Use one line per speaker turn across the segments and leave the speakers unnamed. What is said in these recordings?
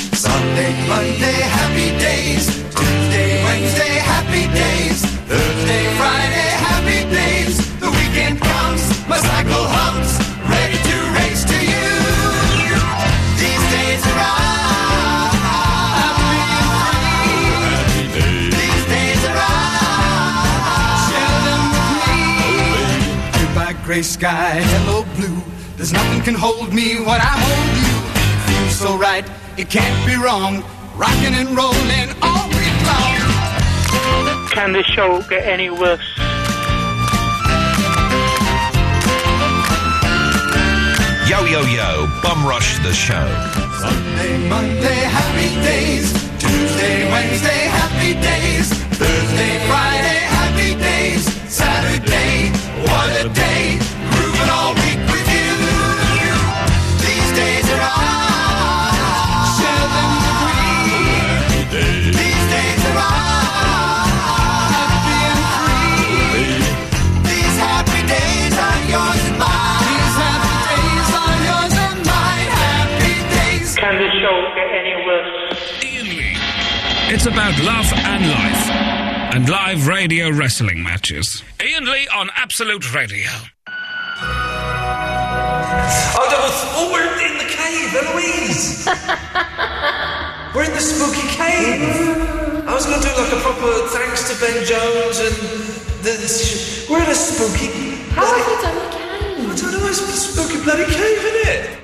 Sunday, Monday, happy days. Tuesday, Wednesday, happy days. Thursday, Friday, happy days. The weekend comes, my cycle hums, ready to race to you. These days are happy and free. These days are Share them with me. Blue by gray sky, hello blue. There's nothing can hold me when I hold you. Feels so right, it can't be wrong. Rocking and rolling all week long.
Can the show get any worse?
Yo, yo, yo, bum rush the show.
Sunday, Monday, happy days. Tuesday, Wednesday, happy days. Thursday, Friday, happy days. Saturday, what a day. Grooving all week with you. These days are ours. Share them with me. These days are ours. Happy and free. These happy days are yours and mine. These happy days are yours and mine. Happy days.
Can the show get any worse?
It's about love and life and live radio wrestling matches. Ian Lee on Absolute Radio.
Oh, that was. Oh, we're in the cave, Eloise. we're in the spooky cave. I was going to do like a proper thanks to Ben Jones and the. We're in a spooky.
How
bloody-
have you done the
I
game?
don't know. It's a spooky bloody cave, isn't it?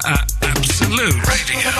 Absolute Radio.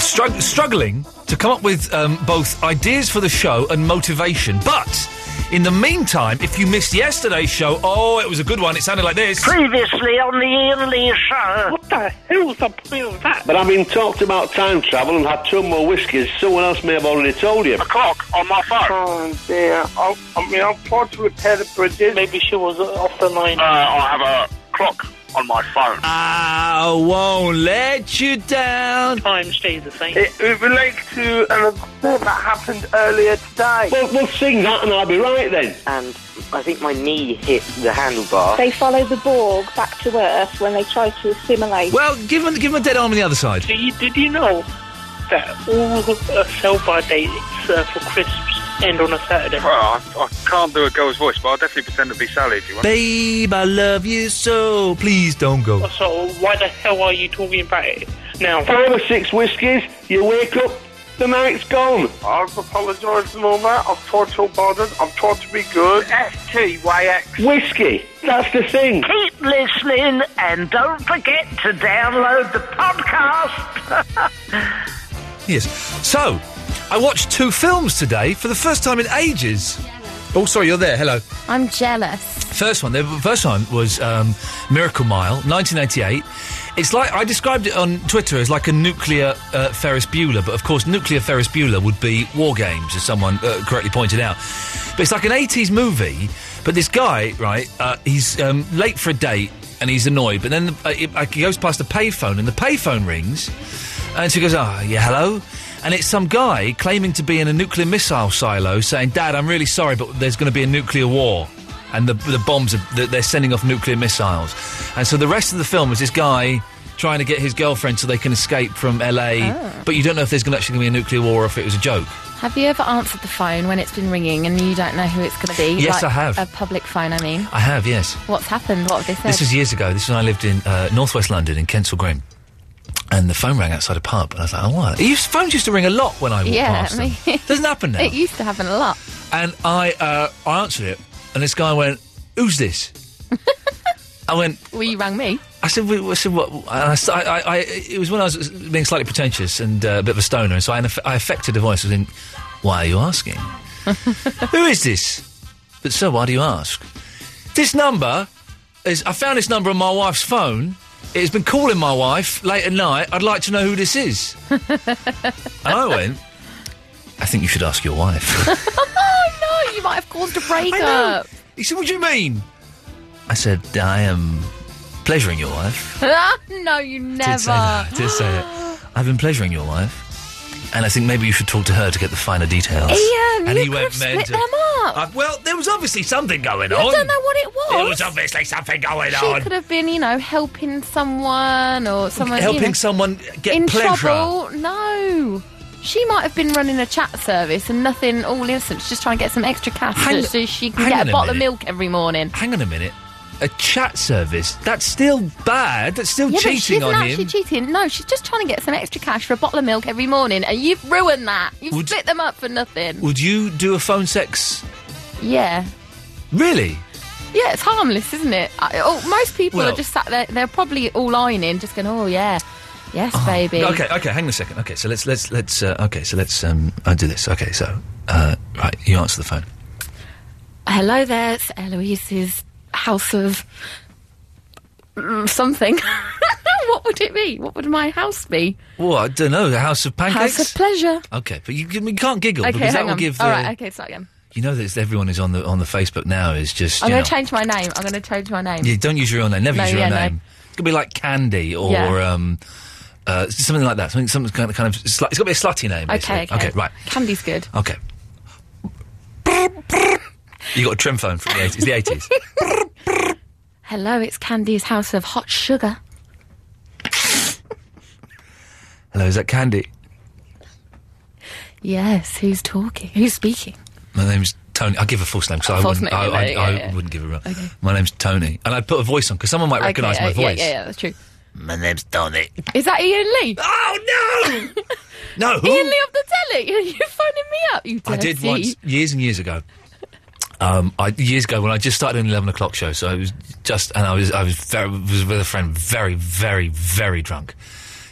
Strug- struggling to come up with um, both ideas for the show and motivation. But in the meantime, if you missed yesterday's show, oh, it was a good one. It sounded like this.
Previously on the Ian Lee show. What the hell's the point of that?
But having talked about time travel and had two more whiskies, someone else may have already told you.
Clock on my phone. Oh dear. I, I mean, I've tried to repair the bridges. Maybe she was off the line.
I have a clock on my phone.
I won't let you down.
Time stays the same.
It, uh, it relates to an event that happened earlier today.
Well, we'll sing that and I'll be right then.
and I think my knee hit the handlebar.
They follow the Borg back to Earth when they try to assimilate.
Well, give him, give him a dead arm on the other side.
Did you, did you know that all the sell-by dates uh, for crisps end on a Saturday?
Well, I, I can't do a girl's voice, but I'll definitely pretend to be Sally if you want.
Babe, I love you so. Please don't go.
So why the hell are you talking about it now?
Four or six whiskies, you wake up, the night's gone.
I've apologised and all that. I've tried to pardon. I've tried to be good. FTYX.
Whiskey, that's the thing.
Keep listening and don't forget to download the podcast.
Yes. So, I watched two films today for the first time in ages. Oh, sorry, you're there. Hello.
I'm jealous.
First one, the first one was um, Miracle Mile, 1988. It's like I described it on Twitter as like a nuclear uh, Ferris Bueller, but of course, nuclear Ferris Bueller would be War Games, as someone uh, correctly pointed out. But it's like an 80s movie. But this guy, right? Uh, he's um, late for a date and he's annoyed. But then the, uh, it, like, he goes past a payphone and the payphone rings, and so he goes, "Ah, yeah, hello." And it's some guy claiming to be in a nuclear missile silo, saying, "Dad, I'm really sorry, but there's going to be a nuclear war." and the, the bombs are, th- they're sending off nuclear missiles. And so the rest of the film is this guy trying to get his girlfriend so they can escape from LA,
Oh.
but you don't know if there's gonna actually going to be a nuclear war or if it was a joke.
Have you ever answered the phone when it's been ringing and you don't know who it's going to be?
Yes,
Like,
I have.
A public phone, I mean.
I have, yes.
What's happened? What have they said?
This was years ago. This is when I lived in uh, northwest London in Kensal Green. And the phone rang outside a pub, and I was like, "Oh, what?" It used, phones used to ring a lot when I walked
Yeah,
past them.
me-
Doesn't happen now.
It used to happen a lot.
And I, uh, I answered it, and this guy went, "Who's this?" I went,
Well, you rang me.
I said, we, I said, what? And I, st- I, I, I, it was when I was being slightly pretentious and uh, a bit of a stoner, and so I, I affected a voice. I was in, why are you asking? Who is this? But sir, why do you ask? This number is. I found this number on my wife's phone. It has been calling my wife late at night. I'd like to know who this is. and I went. I think you should ask your wife.
Oh, no, you might have caused a
I know.
breakup.
He said, "What do you mean?" I said, "I am pleasuring your wife."
Ah, no, you never.
Did say that. Did say it. I've been pleasuring your wife. And I think maybe you should talk to her to get the finer details.
Ian,
and he
you could
went
have split
mental.
them up.
Uh, well, there was obviously something going
You
on.
don't know what it was.
There was obviously something going
she
on.
could have been, you know, helping someone or someone.
Helping
you know,
someone get
in
pleasure.
trouble. No. She might have been running a chat service and nothing all innocent. She's just trying to get some extra cash
Hang-
so she can
hang
get
on
a
a
bottle of
minute.
milk every morning.
Hang on a minute. A chat service. That's still bad. That's still
yeah, but she
cheating on
isn't actually
him.
cheating. No, she's just trying to get some extra cash for a bottle of milk every morning, and you've ruined that. You've
Would-
split them up for nothing.
Would you do a phone sex?
yeah.
Really?
Yeah, it's harmless, isn't it? I, oh, most people
Well-
are just sat there. They're probably all ironing, just going, "Oh yeah, yes, baby."
Oh, Okay, okay, hang on a second. Okay, so let's let's let's uh, okay, so let's um I'll do this. Okay, so uh right, you answer the phone.
Hello there, it's Eloise's house of mm, something. what would it be? What would my house be?
Well, I don't know, the House of Pancakes.
House of pleasure.
okay, but you, can- you can't giggle
okay,
because that
hang
will
on.
give the
All right, okay, start again.
You know that everyone who's on the on the Facebook now is just
I'm
you
going
know,
to change my name. I'm going to change my name.
Yeah, don't use your own name. Never
No,
use your own
yeah, no.
name. It's gonna be like Candy or
Yeah.
um, uh, something like that. Something, something kind of, kind of slu- it's got to be a slutty name.
Okay,
basically.
okay.
okay, right,
Candy's good.
okay. you got a trim phone from the eighties. The eighties.
Hello, it's Candy's house of hot sugar.
Hello, is that Candy?
Yes, who's talking? Who's speaking?
My name's Tony. I'll give a false name because
A
I
false
wouldn't.
name,
I, I,
yeah,
I
yeah, yeah.
wouldn't give a. real-
Okay.
My name's Tony, and I'd put a voice on because someone might recognise
okay,
my
uh,
voice.
Yeah, yeah, yeah, that's true.
My name's Tony.
Is that Ian Lee?
Oh No,
no!
who?
Ian Lee of the telly. You're phoning me up. You dirty.
I did once years and years ago. Um, I, years ago when I just started an eleven o'clock show, so it was just, and I was, I was, very, was with a friend, very, very, very drunk.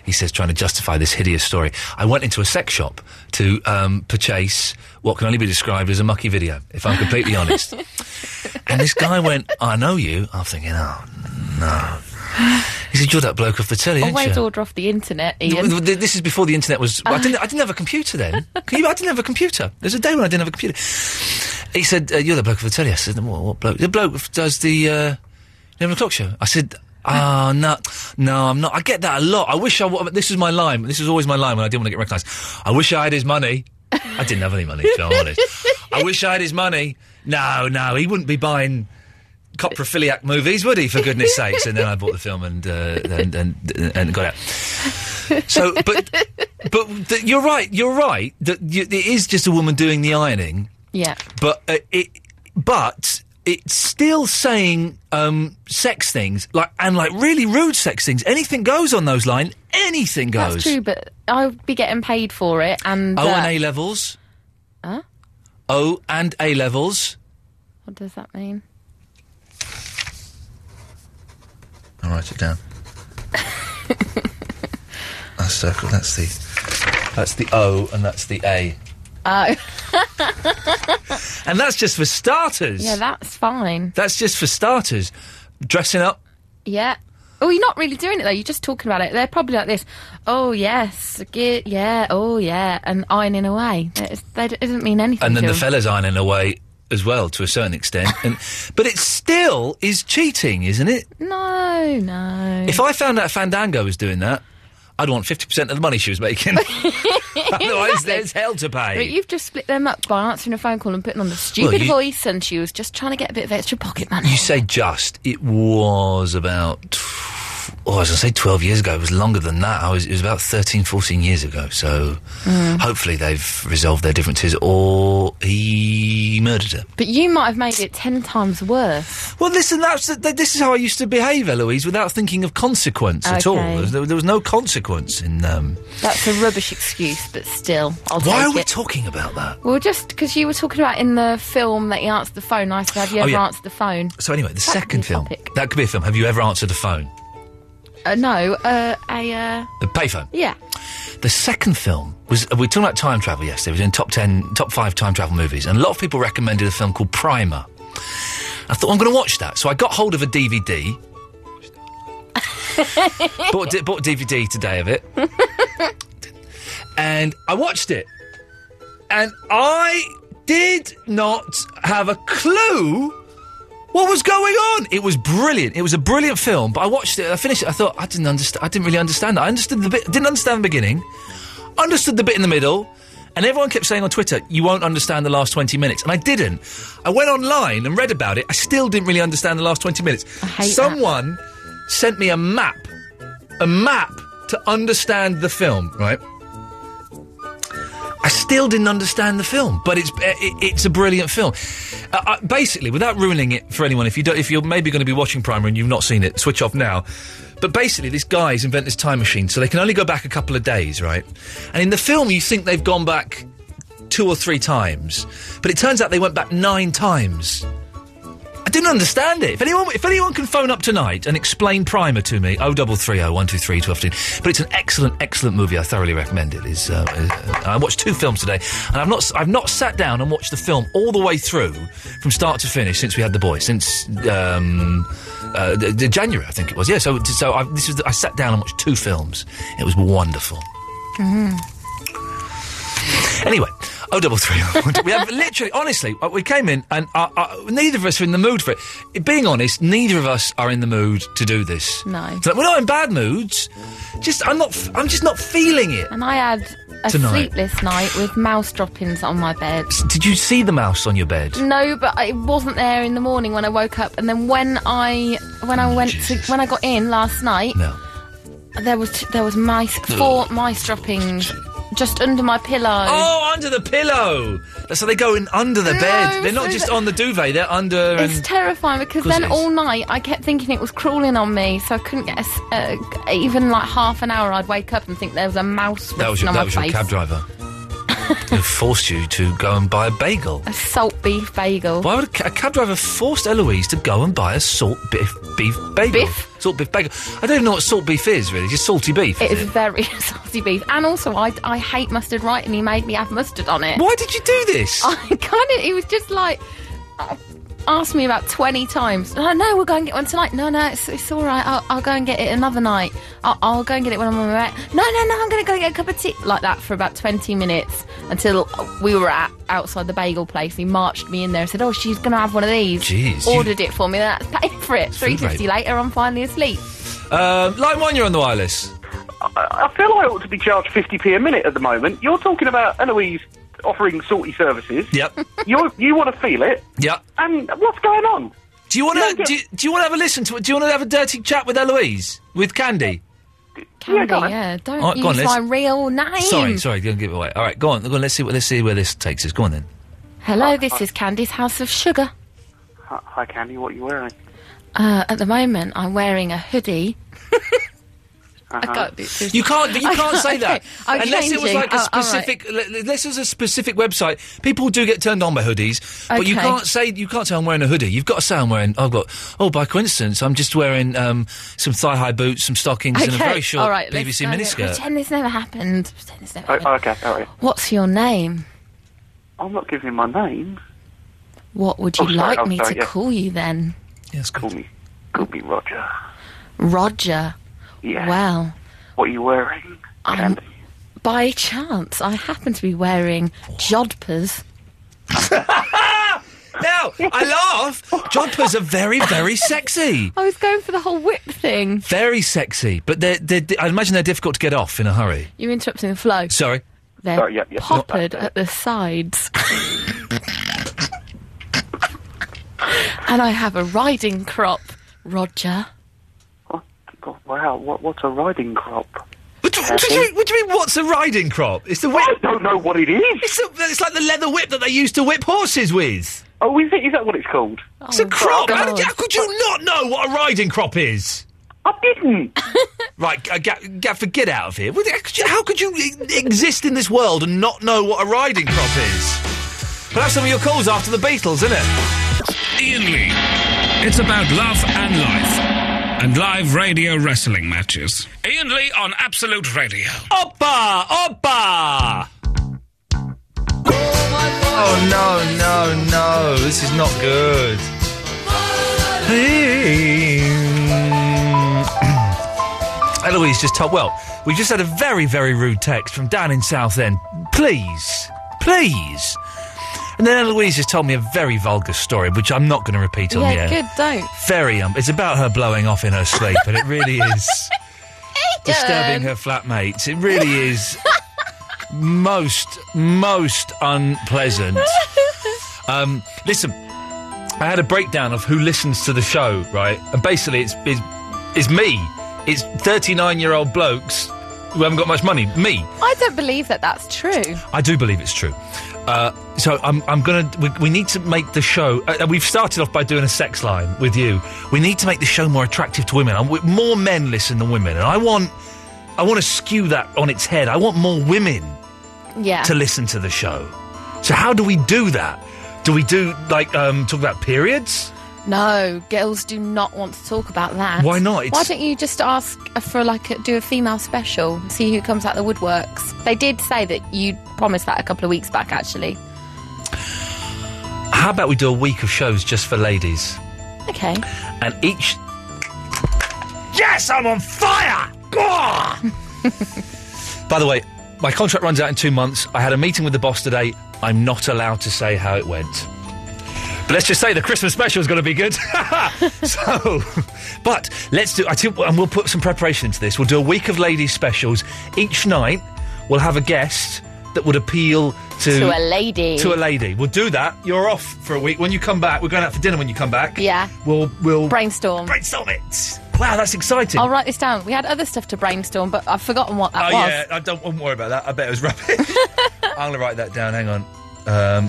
He says, trying to justify this hideous story. I went into a sex shop to um, purchase what can only be described as a mucky video, if I'm completely honest. And this guy went, "I know you." I'm thinking, "Oh no." He said, "You're that bloke off the telly, aren't
Always
you?"
order off Oh, the internet,
Th-
Ian.
th- This is before the internet was. I didn't. I didn't have a computer then. Can you- I didn't have a computer. There's a day when I didn't have a computer. He said, uh, "You're the bloke for the telly." I said, "What, what bloke? The bloke who does the uh, eleven o'clock show." I said, "Ah, no, no, I'm not. I get that a lot. I wish I. W- this is my line. This is always my line when I didn't want to get recognised. I wish I had his money. I didn't have any money. To be honest, I wish I had his money. No, no, he wouldn't be buying." Coprophiliac movies, would he? For goodness sakes! And then I bought the film and uh, and, and and got out. So, but but th- you're right. You're right. That you, it is just a woman doing the ironing,
Yeah.
but uh, it but it's still saying um, sex things like and like really rude sex things. Anything goes on those lines. Anything goes.
That's true, but I'll be getting paid for it. And
O
uh,
and A levels.
Huh?
O and A levels.
What does that mean?
I'll write it down. that's circle. That's the that's the O and that's the A.
Oh,
And that's just for starters.
yeah, that's fine.
That's just for starters. Dressing up.
Yeah. Oh, you're not really doing it though. You're just talking about it. They're probably like this. Oh yes, ge- yeah. Oh yeah, and ironing away. That, is, that doesn't mean anything.
and then
to
the
them.
fella's ironing away as well to a certain extent. And, but it still is cheating, isn't it?
No, no.
If I found out Fandango was doing that, I'd want 50% of the money she was making. Otherwise,
Exactly.
there's hell to
But
pay.
you've just split them up by answering a phone call and putting on the stupid
you-
voice, and she was just trying to get a bit of extra pocket money.
You say just. It was about, oh, I was going to say 12 years ago. It was longer than that. I was, it was about 13, 14 years ago. So
Mm.
hopefully they've resolved their differences or he murdered her.
But you might have made it ten times worse.
Well, listen, that's the, th- this is how I used to behave, Eloise, without thinking of consequence at all.
Okay.
There was, there was no consequence in. Um,
That's a rubbish excuse, but still, I'll
why
take
are we
it.
talking about that?
well, just because you were talking about in the film that he answered the phone, I said, "Have you
Oh,
ever
yeah.
answered the phone?"
So anyway, the
That
second
could be a
film
topic.
that could be a film. Have you ever answered a phone?
Uh, no, uh, a uh,
A payphone.
yeah.
The second film was we were talking about time travel yesterday. We were doing top ten, top five time travel movies, and a lot of people recommended a film called Primer. I thought I'm going to watch that, so I got hold of a DVD. bought, a- bought a DVD today of it, and I watched it, and I did not have a clue what was going on. It was brilliant. It was a brilliant film, but I watched it. I finished it. I thought I didn't understand. I didn't really understand. it. I understood the bit. Didn't understand the beginning. understood the bit in the middle, and everyone kept saying on Twitter, you won't understand the last 20 minutes. And I didn't. I went online and read about it. I still didn't really understand the last 20 minutes.
hate
Someone sent me a map, a map to understand the film, right? I still didn't understand the film, but it's eh, it, it's a brilliant film. Uh, uh, basically, without ruining it for anyone, if you don't, if you're maybe going to be watching Primer and you've not seen it, switch off now. But basically, this guy's invented this time machine, so they can only go back a couple of days, right? And in the film, you think they've gone back two or three times, but it turns out they went back nine times. I didn't understand it. If anyone, if anyone can phone up tonight and explain Primer to me, 0330 123 1215. oh But it's an excellent, excellent movie. I thoroughly recommend it. It's, uh, uh, I watched two films today, and I've not, s- I've not sat down and watched the film all the way through from start to finish since we had the boy, since um, uh, the, the January, I think it was. Yeah, so, so I, this is, the- I sat down and watched two films. It was wonderful.
Mm-hmm.
Anyway, oh double three. we have literally, honestly, uh, we came in and uh, uh, neither of us are in the mood for it. Being honest, neither of us are in the mood to do this.
No.
It's like, we're not in bad moods. Just I'm not. f- I'm just not feeling it.
And I had a
Tonight.
sleepless night with mouse droppings on my bed.
Did you see the mouse on your bed?
No, but it wasn't there in the morning when I woke up. And then when I when I went to when I got in last night,
No.
there was there was mice four mice droppings just under my pillow.
Oh, under the pillow. So they go in under the
No,
bed. They're not
so
just
that-
on the duvet. They're under.
It's
and-
terrifying because
Course
then
it is.
all night I kept thinking it was crawling on me, so I couldn't get a s uh, even like half an hour. I'd wake up and think there was a mouse
that was
resting
your,
on
that
my
was your
face.
cab driver. who forced you to go and buy a bagel.
A salt beef bagel.
Why would a, ca- a cab driver forced Eloise to go and buy a salt beef, beef bagel?
Biff?
Salt beef bagel. I don't even know what salt beef is, really. Just salty beef.
It
is
is very salty beef, and also I, I hate mustard right, and he made me have mustard on it.
Why did you do this?
I kind of. He was just like uh, asked me about twenty times. Oh no, we'll go and get one tonight. No, no, it's, it's all right. I'll, I'll go and get it another night. I'll, I'll go and get it when I'm on my way. No, no, no, I'm going to go get a cup of tea like that for about twenty minutes until we were at, outside the bagel place. He marched me in there and said, "Oh, she's going to have one of these."
Jeez, you-
Ordered it for me. Then I paid for it. Three
Food
fifty later, I'm finally asleep.
Um, line one, you're on the wireless.
I feel I ought to be charged 50p a minute at the moment. You're talking about Eloise offering salty services.
Yep.
You're, you want to feel it.
Yep.
And what's going on?
Do you want
don't
to?
get-
Do, you- do you want to have a listen to? it? Do you want to have a dirty chat with Eloise with Candy?
Candy, yeah,
go on.
don't
All right,
use
Oh, go on,
my
Liz.
real name.
Sorry, sorry, don't give it away. All right, go on. Go on. Let's see. what- Let's see where this takes us. Go on then.
Hello, this is Candy's House of Sugar.
Hi, hi, Candy. What are you wearing?
Uh, at the moment, I'm wearing a hoodie. I can't do this.
Uh-huh. You can't. You
I
can't say that
okay, I'm
unless it was
changing.
like a
Oh, all right.
specific. l- Unless it was a specific website. People do get turned on by hoodies, but you
Okay.
can't say you can't say I'm wearing a hoodie. You've got to say I'm wearing. I've got. Oh, by coincidence, I'm just wearing um, some thigh-high boots, some stockings, and a
Okay,
very short
all right, let's
BBC
go.
miniskirt.
Pretend this never happened. Pretend this never
Oh,
happened.
okay, all right.
What's your name?
I'm not giving my name.
What would you
Oh, sorry,
like
oh,
me
sorry,
to
yeah.
call you then?
Yes,
call me. Call me Roger.
Roger.
Yeah.
Well,
What are you wearing?
I'm, by chance, I happen to be wearing jodhpurs.
Now I laugh. Jumpers are very, very sexy.
I was going for the whole whip thing.
Very sexy, but they're, they're, I imagine they're difficult to get off in a hurry.
You're interrupting the flow.
Sorry.
They're
Sorry, yeah, yeah, not
poppered at the sides. and I have a riding crop, Roger.
Oh, wow, what, what's a riding crop?
What do, what do you, what do you mean, what's a riding crop? It's the whip. I
don't know what it is.
It's, a, it's like the leather whip that they used to whip horses with.
Oh, is, it, is that what it's called?
It's a crop. How, did you, how could you not know what a riding crop is?
I didn't.
right, uh, Ga- Gaffer, get out of here. What- How could you, how could you e- exist in this world and not know what a riding crop is? We'll have some of your calls after the Beatles, innit?
Ian Lee. It's about love and life and live radio wrestling matches. Ian Lee on Absolute Radio.
Oppa! Oppa! Oh no, no, no. This is not good. Eloise just told. Well, we just had a very, very rude text from Dan in Southend. Please, please. And then Eloise just told me a very vulgar story, which I'm not going to repeat on the
Yeah,
air.
good, don't.
Very um. It's about her blowing off in her sleep, and it really is disturbing
Ian.
her flatmates. It really is most, most unpleasant. um, listen, I had a breakdown of who listens to the show, right? And basically, it's it's, it's me. It's thirty-nine-year-old blokes who haven't got much money. Me.
I don't believe that that's true.
I do believe it's true. Uh, so I'm, I'm gonna. We, we need to make the show. Uh, we've started off by doing a sex line with you. We need to make the show more attractive to women. i more men listen than women, and I want, I want to skew that on its head. I want more women
Yeah.
to listen to the show. So how do we do that? Do we do like um, talk about periods?
No, girls do not want to talk about that.
Why not? It's-
Why don't you just ask for like a, do a female special, and see who comes out the woodworks? They did say that you promised that a couple of weeks back, actually.
How about we do a week of shows just for ladies,
Okay.
and each
Yes, I'm on fire! Gah!
By the way, my contract runs out in two months. I had a meeting with the boss today. I'm not allowed to say how it went. But let's just say the Christmas special is going to be good. so, but let's do. I think, and we'll put some preparation into this. We'll do a week of ladies specials. Each night, we'll have a guest that would appeal to
To a lady.
To a lady. We'll do that. You're off for a week. When you come back, we're going out for dinner. When you come back,
Yeah.
we'll we'll
Brainstorm.
Brainstorm it. Wow, that's exciting.
I'll write this down. We had other stuff to brainstorm, but I've forgotten what
Oh
that was.
yeah, I don't, don't worry about that. I bet it was rubbish. I'm gonna write that down. Hang on. Um,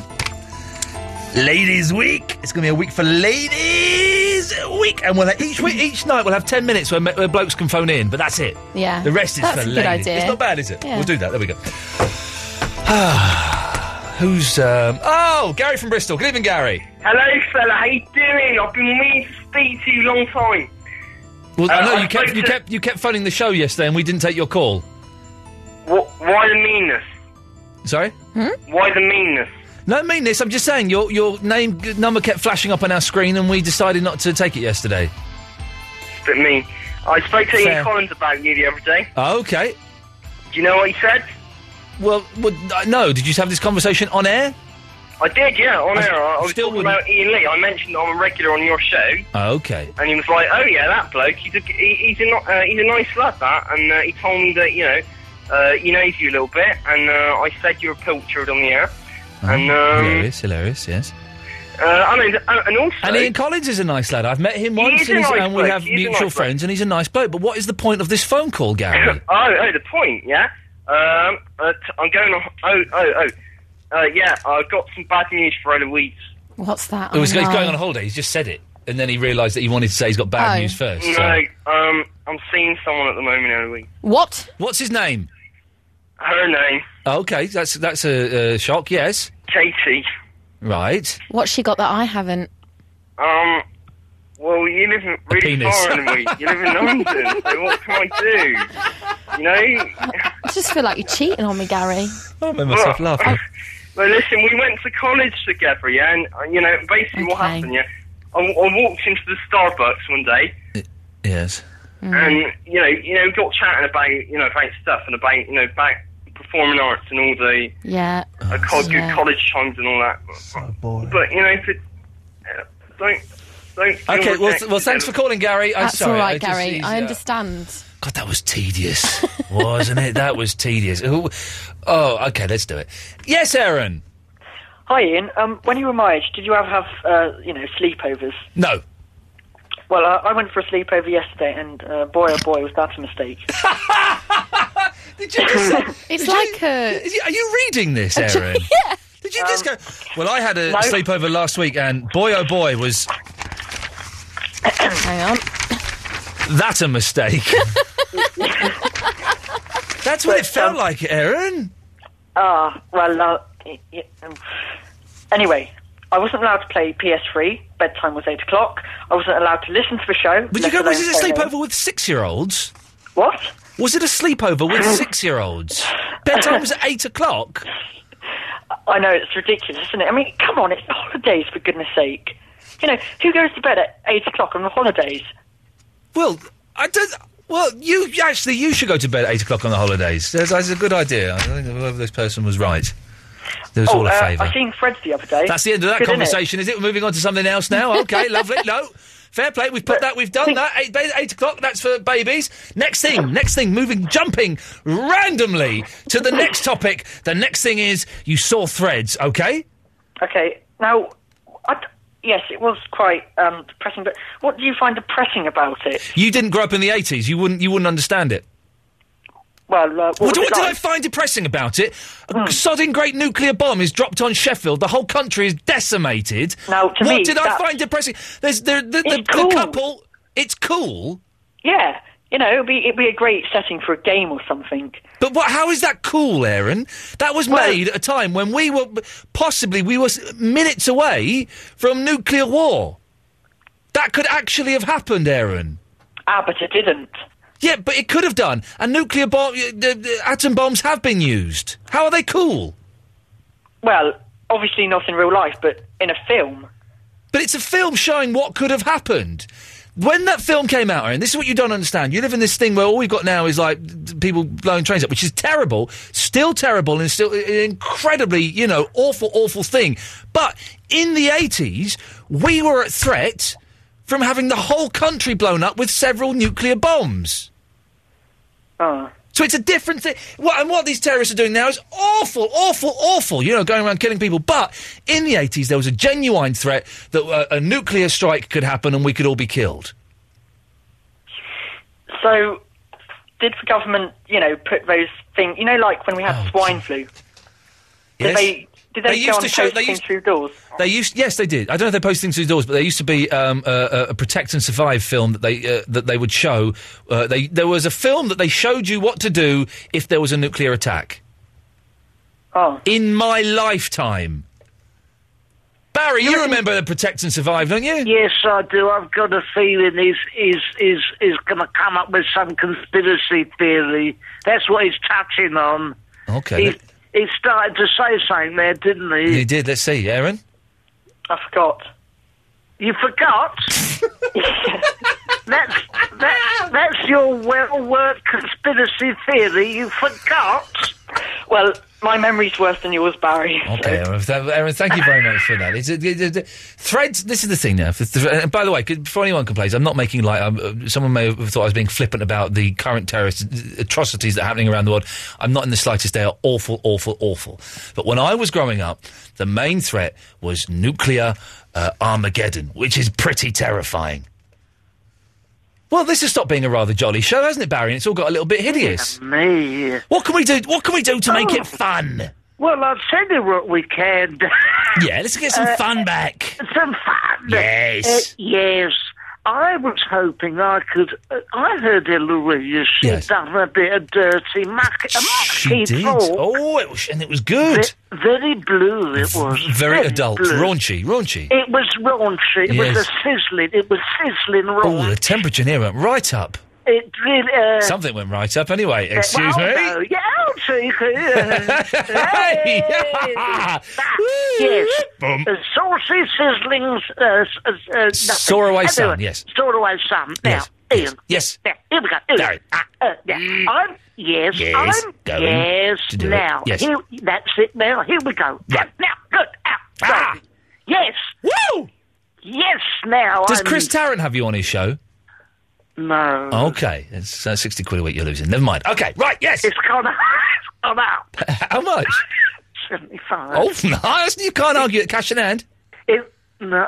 ladies Week. It's gonna be a week for Ladies Week, and we'll have, each week, each night we'll have ten minutes where, ma- where blokes can phone in, but that's it.
Yeah.
The rest is
That's
for
a good
ladies.
idea.
It's not bad, is it?
Yeah.
We'll do that. There we go. Who's um? Oh, Gary from Bristol. Good evening, Gary.
Hello, fella. How you doing? I've been meaning to speak to you long time.
Well, I
Uh,
know
I
you kept
spoke
you
to-
kept you kept phoning the show yesterday, and we didn't take your call.
Wh- why the meanness?
Sorry.
Hmm?
Why the meanness?
No, I mean this. I'm just saying your your name g- number kept flashing up on our screen, and we decided not to take it yesterday.
But me. I spoke to
Fair.
Ian Collins about you the other day.
Oh, okay.
Do you know what he said?
Well, well, uh, no. Did you have this conversation on air?
I did, yeah, on
I
air. I, I was
still
talking
wouldn't-
about Ian Lee. I mentioned I'm a regular on your show,
Oh, okay.
and he was like, "Oh yeah, that bloke. He's a he, he's a no- uh, he's a nice lad that." And uh, he told me that you know uh, he knows you a little bit, and uh, I said you were pilchard on the air, and
Oh,
um,
hilarious, hilarious. Yes.
uh, I mean, and, and also
And Ian Collins is a nice lad. I've met him
He
once,
is a
and, he's-
nice
and we
bloke.
have
He is a
mutual
nice bloke.
friends, and he's a nice bloke. But what is the point of this phone call, Gary?
oh, oh, the point, yeah. Um, uh, t- I'm going on. Oh, oh, oh. Uh, yeah, I got some bad news for Eloise.
What's that?
it was
Oh,
he's
no.
going on a holiday. He's just said it, and then he realised that he wanted to say he's got bad
Oh.
news first.
No,
so-
um, I'm seeing someone at the moment, Eloise.
What?
What's his name?
Her name,
Oh, okay, that's that's a, a shock. Yes.
Katie.
Right.
What's she got that I haven't?
Um, well, you live really
penis.
far, Eloise. You live in London, so what can I do? You know?
I just feel like you're cheating on me, Gary.
I made
Oh.
myself laugh.
Well, listen, we went to college together, yeah, and, uh, you know, basically what happened, yeah, I, I walked into the Starbucks one day,
Yes.
Hmm.
and you know, you know, we got chatting about you know about stuff and about you know about performing arts and all the
Yeah.
uh, co- good
Oh, yeah.
college times and all that. But you know, if it, uh, don't don't. feel
Okay, well, th-
rejected.
well, thanks for calling, Gary. I'm
That's
sorry.
all right,
I just-
Gary.
he's,
I
uh,
understand.
God, that was tedious, wasn't it? That was tedious. Who- Oh, okay, let's do it. Yes, Aaron.
Hi, Ian. Um, when you were my age, did you ever have, uh, you know, sleepovers?
No.
Well, uh, I went for a sleepover yesterday, and uh, boy, oh boy, was that a mistake.
Did you just say,
It's like a.
Are you reading this, Aaron?
yeah.
Did you just go? Well, I had a
No.
sleepover last week, and boy, oh boy, was
Hang on.
that a mistake. That's what it felt like, Aaron.
Ah, well, uh, y- y- um, anyway, I wasn't allowed to play PS3. Bedtime was 8 o'clock. I wasn't allowed to listen to the show.
But you
let
go, was
alone
it a
phone in.
sleepover with six-year-olds?
What?
Was it a sleepover with six-year-olds? Bedtime was at eight o'clock.
I know, it's ridiculous, isn't it? I mean, come on, it's the holidays, for goodness sake. You know, who goes to bed at 8 o'clock on the holidays?
Well, I don't. Well, you actually you should go to bed at eight o'clock on the holidays. That's, that's a good idea. I think whoever this person was right. There was
oh,
all a
uh,
favour.
I seen Fred's the other day.
That's the end of that
Good, innit?
conversation, is it? We're moving on to something else now. Okay, lovely. No, Fair play. We've put that. We've done that. Eight, ba- eight o'clock. That's for babies. Next thing. Next thing. Moving, jumping randomly to the next topic. The next thing is you saw threads. Okay.
Okay. Now, I d yes, it was quite um, depressing, but what do you find depressing about it?
You didn't grow up in the eighties. You wouldn't. You wouldn't understand it.
Well, uh, what,
What, what
was it
did I
like? Hmm.
find depressing about it? A sodding great nuclear bomb is dropped on Sheffield. The whole country is decimated.
Now, to
what
me,
did I
that's-
find depressing? There's the, the, the,
It's cool.
the couple. It's cool.
Yeah, you know, it'd be, it'd be a great setting for a game or something.
But what, how is that cool, Aaron? That was made at a time when we were possibly we were s- minutes away from nuclear war. That could actually have happened, Aaron.
Ah, but it didn't.
Yeah, but it could have done. And nuclear bomb, y- the, the atom bombs have been used. How are they cool?
Well, obviously not in real life, but in a film.
But it's a film showing what could have happened. When that film came out, Aaron, this is what you don't understand. You live in this thing where all we've got now is like d- people blowing trains up, which is terrible, still terrible, and still an incredibly, you know, awful, awful thing. But in the 80s, we were at threat from having the whole country blown up with several nuclear bombs. So it's a different thing. What, and what these terrorists are doing now is awful, awful, awful. You know, going around killing people. But in the 80s, there was a genuine threat that uh, a nuclear strike could happen and we could all be killed.
So, did the government, you know, put those things, you know, like when we had swine flu? Did
Oh, Yes.
they, did
They
they, go
used
on
to show-
posting
they used-
through doors?
They used, yes, they did. I don't know if they posted things through doors, but there used to be um, a, a- a protect and survive film that they uh, that they would show. Uh, they there was a film that they showed you what to do if there was a nuclear attack.
Oh,
in my lifetime, Barry, you remember the protect and survive, don't you?
Yes, I do. I've got a feeling he's he's he's, he's going to come up with some conspiracy theory. That's what he's touching on.
Okay.
He, he started to say something there, didn't he?
You did. Let's see, Aaron.
I forgot.
You forgot? that's that, that's your well worked conspiracy theory. You forgot?
Well, my memory's worse than yours, Barry.
Okay, Aaron, th- Aaron, thank you very much for that. It's, it, it, it- threads, this is the thing now. For th- and by the way, could- before anyone complains, I'm not making like, um, uh, someone may have thought I was being flippant about the current terrorist uh, atrocities that are happening around the world. I'm not in the slightest. They are awful, awful, awful. But when I was growing up, the main threat was nuclear uh, Armageddon, which is pretty terrifying. Well, this has stopped being a rather jolly show, hasn't it, Barry? And it's all got a little bit hideous.
Me.
What can we do? What can we do to make
Oh.
it fun?
Well, I'll tell you what we can. do.
Yeah, let's get some fun back.
Some fun.
Yes.
Uh, yes. I was hoping I could. Uh, I heard Eloise. She done a bit of dirty muck. a mucky
did.
talk.
Oh, it was, and it was good.
Ve- very blue. It was.
Very adult,
blue.
raunchy, raunchy.
It was raunchy. It was
Yes.
a sizzling. It was sizzling raunch.
Oh, the temperature in here went right up.
It really. Uh,
Something went right up anyway.
uh,
Excuse
well,
me.
No, yeah, I'll take it. Uh,
Hey!
yes.
Boom.
Uh, saucy sizzling. Uh, s- uh, s- uh, nothing.
Soar away, sun,
Anyway,
yes.
Soar away, sun. Now,
Yes,
Ian.
Yes.
Now, here we go. Ian.
Sorry.
Uh, yeah. I'm, yes,
Yes,
I'm,
going
yes,
to do it.
now.
Yes.
Here, that's it now. Here we go.
Right.
Now, good. Out. Ah. Yes.
Woo!
Yes, now.
Does
I'm, Mm.
Chris Tarrant have you on his show?
No.
Okay, it's uh, sixty quid a week you're losing. Never mind. Okay, right. Yes.
It's gone, it's gone out.
How much?
75.
Oh, nice. You can't argue it. Cash in hand.
It, no,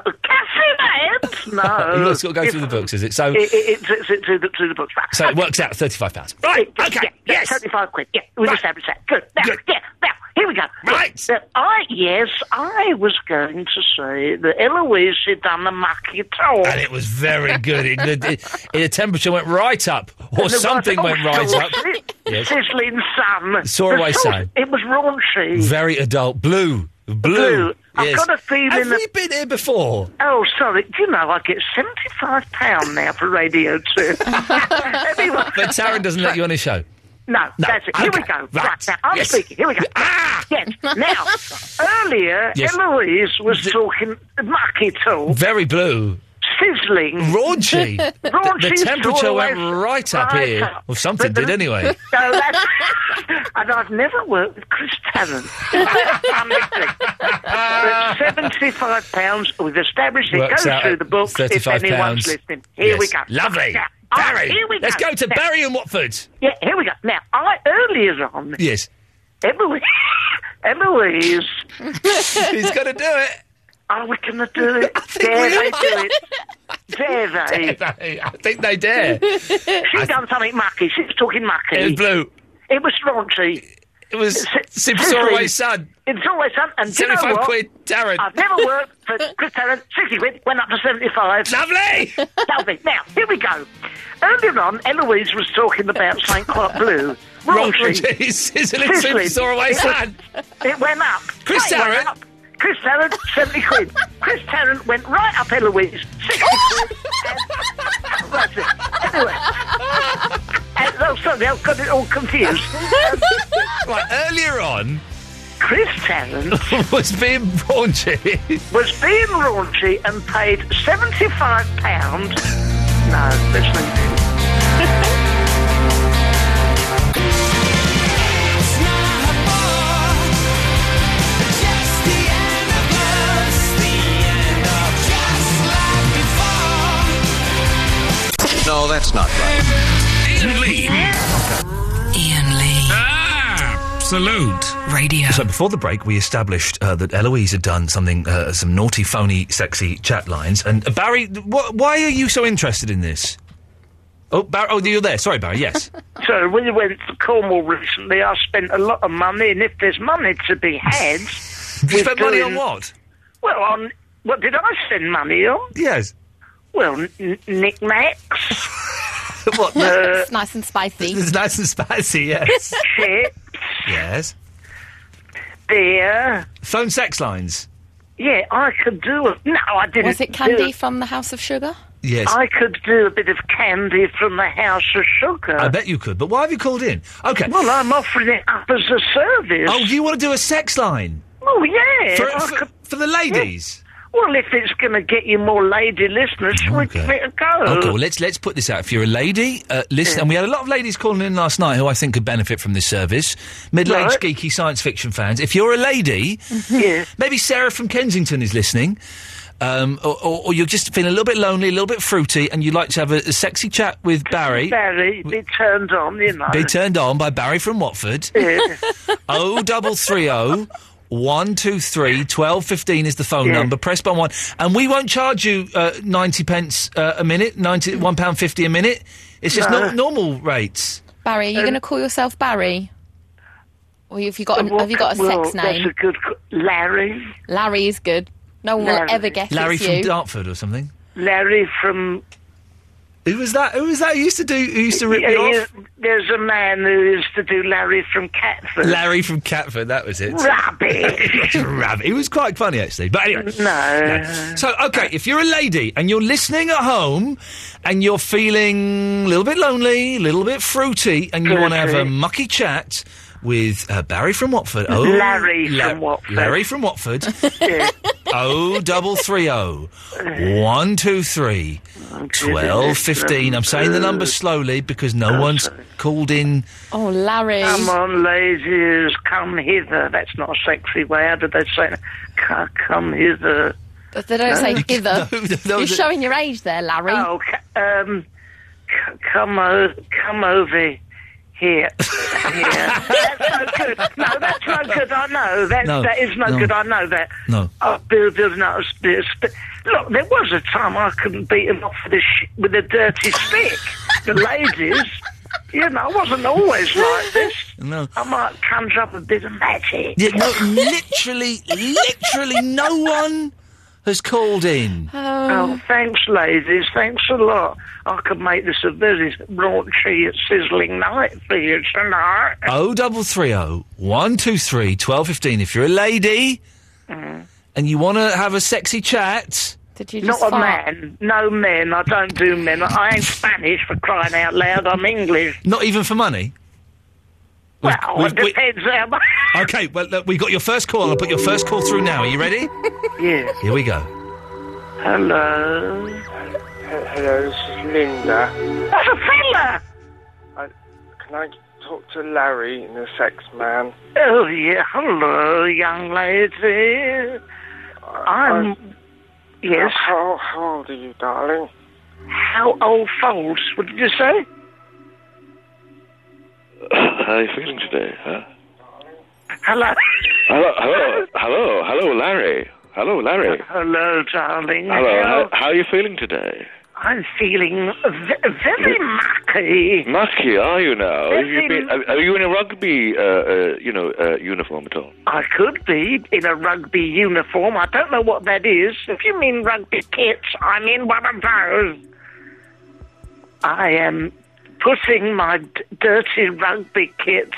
cash in hand? No.
You've got to go through the books, is it? So,
It, it, it's, it's through the, through the books.
so it works out thirty-five pounds. Right, okay,
yeah,
yes.
75 quid, yeah, we established that. Good, now, yeah, now, here we go. Right. I, yes, I was going to say that Eloise had done the mucky toll.
And it was very good. It, it, it- the temperature went right up, or
And there
something
was-
went
oh,
right up.
sizzling-
Yes.
Sizzling sun.
Soar
The
away,
salt-
sun.
It was raunchy.
Very adult. Blue. Blue.
Blue. I've
Yes.
got a feeling
Have
that-
you been here before?
Oh, sorry. Do you know I get seventy-five pound now for Radio Two? anyway,
But Taryn doesn't let you on his show.
no, that's it. Here we go. Right, now, I'm
Yes.
speaking. Here we go. Ah, yes. Now, earlier
Yes.
Eloise was talking mucky talk.
Very blue.
sizzling.
Raunchy. the,
Raunchy
the
is
temperature went
always
right up
right
here.
up.
Well, something did anyway.
So that's, and I've never worked with Chris Talent. Seventy-five pounds. We've established it.
Works
Go
out
through
at
the book if
35
anyone's
pounds.
listening. Here we
Yes.
go.
Lovely.
Now, I-
Barry.
here we
Let's go to
Now-
Barry and Watford.
Yeah, here we go. Now, I earlier on.
Yes.
Eloise. Eloise.
He's going to do it.
Are we going to do it?
we
Dare they
are.
do it? Dare they?
Dare I think they dare.
She's done something mucky. She was talking mucky.
It was blue.
It was raunchy.
It was Sim-
Sizzling.
Soraway's son.
It's always son. And do you know
75
what?
quid, Darren.
I've never worked for Chris Tarrant. 60 quid, went up to 75.
Lovely!
Lovely. Now, here we go. Earlier on, Eloise was talking about St. Clark Blue. Raunchy.
Raunchy. Sizzling Sim Soraway's
It was-
son.
It went up.
Chris
Right, it went
Tarrant.
up. Chris Tarrant, 70 quid. Chris Tarrant went right up Eloise, 60 quid. That's it. Anyway. And, oh, sorry, I've got it all confused.
right, earlier on.
Chris Tarrant
was being raunchy.
was being raunchy and paid seventy-five pound. No, let's leave
No, that's not right.
Ian Lee. Ian Lee. Ah, salute. Radio.
So before the break, we established uh, that Eloise had done something, uh, some naughty, phony, sexy chat lines. And uh, Barry, wh- why are you so interested in this? Oh, Barry, oh, you're there. Sorry, Barry. Yes.
So when you went to Cornwall recently, I spent a lot of money, and if there's money to be had,
you
we're
spent money on
doing-
what?
Well, on what did I spend money on?
Yes.
Well, n- knickknacks.
what?
Uh,
it's nice and spicy.
It's nice and spicy. Yes.
shit,
yes.
beer.
Phone sex lines.
Yeah, I could do it. No, I didn't.
Was it candy
do it.
from the House of Sugar?
Yes.
I could do a bit of candy from the House of Sugar.
I bet you could. But why have you called in? Okay.
Well, I'm offering it up as a service.
Oh, you want to do a sex line
Oh, yeah.
for,
I
for,
could-
for the ladies?
Well, if it's going to get you more lady listeners, shall we give it a go.
Okay, well, let's let's put this out. If you're a lady, uh, listen. And we had a lot of ladies calling in last night who I think could benefit from this service. Middle-aged geeky science fiction fans. If you're a lady, maybe Sarah from Kensington is listening. Um, or, or, or you're just feeling a little bit lonely, a little bit fruity, and you'd like to have a, a sexy chat with Barry.
Barry, be turned on, you know.
Be turned on by Barry from Watford.
Yeah.
O double three O. One two three twelve fifteen is the phone
Yeah.
number. Press by one, and we won't charge you uh, ninety pence uh, a minute, ninety one pound fifty a minute. It's just
No.
nor- normal rates.
Barry, are you going to call yourself Barry? Or have you got an, have you got a
Uh, well,
sex name?
That's a good co- Larry.
Larry is good. No one
Larry.
will ever guess
Larry
it's
from
you.
Dartford or something.
Larry from.
Who was that? Who was that? Who used to do? Who used to rip
Yeah,
me
you-
off?
There's a man who used to do Larry from Catford.
Larry from Catford. That was it.
Rubbish.
Rabbit. He was quite funny actually. But anyway,
No.
So okay, if you're a lady and you're listening at home and you're feeling a little bit lonely, a little bit fruity, and you want to have a
Fruity.
mucky chat with uh, Barry from Watford,
Larry from Watford.
Larry from Watford, oh double three oh one two three.
Oh,
Twelve fifteen. I'm saying the number slowly because no
Oh,
one's called in.
Oh, Larry.
Come on, ladies, come hither. That's not a sexy way. How did they say that? C- Come hither.
But they don't say
No.
hither.
No, no,
You're
the-
showing your age there, Larry.
Oh, c- um, c- come, o- come over here. here. that's no good. No, that's no good. I know. That,
No,
that is no,
no.
good. I know that.
No.
Oh, Bill, Bill, no, it's- it's- but- Look, there was a time I couldn't beat him off with a, sh- with a dirty stick. the ladies. You know, I wasn't always like this.
No.
I might conjure up a bit of magic.
Yeah, no, literally, literally, no one has called in.
Oh, thanks, ladies. Thanks a lot. I could make this a very raunchy, sizzling night for you tonight.
Oh, double three oh one two three twelve fifteen. If you're a lady and you want to have a sexy chat,
Did you
Mm. Not a man. No men. I don't do men. I ain't Spanish for crying out loud. I'm English.
not even for money.
Well,
we've-
it depends how much.
Okay, well, look, we got your first call. I'll put your first call through now. Are you ready?
Yeah.
Here we go.
Hello. Hello, this is Linda.
That's a fella!
Can I talk to Larry, the sex man?
Oh, yeah. Hello, young lady. I'm. Um, yes.
How, how old are you, darling?
How old folds, what did you say?
How are you feeling today, huh?
Hello.
Hello, hello, hello, hello, Larry. Hello, Larry.
Hello, darling.
Hello, how, how are you feeling today?
I'm feeling v- very mucky.
Mucky, are you now? Have you
Yes,
been, are, are you in a rugby, uh, uh, you know, uh, uniform at all?
I could be in a rugby uniform. I don't know what that is. If you mean rugby kits, I'm in one of those. I am putting my d- dirty rugby kit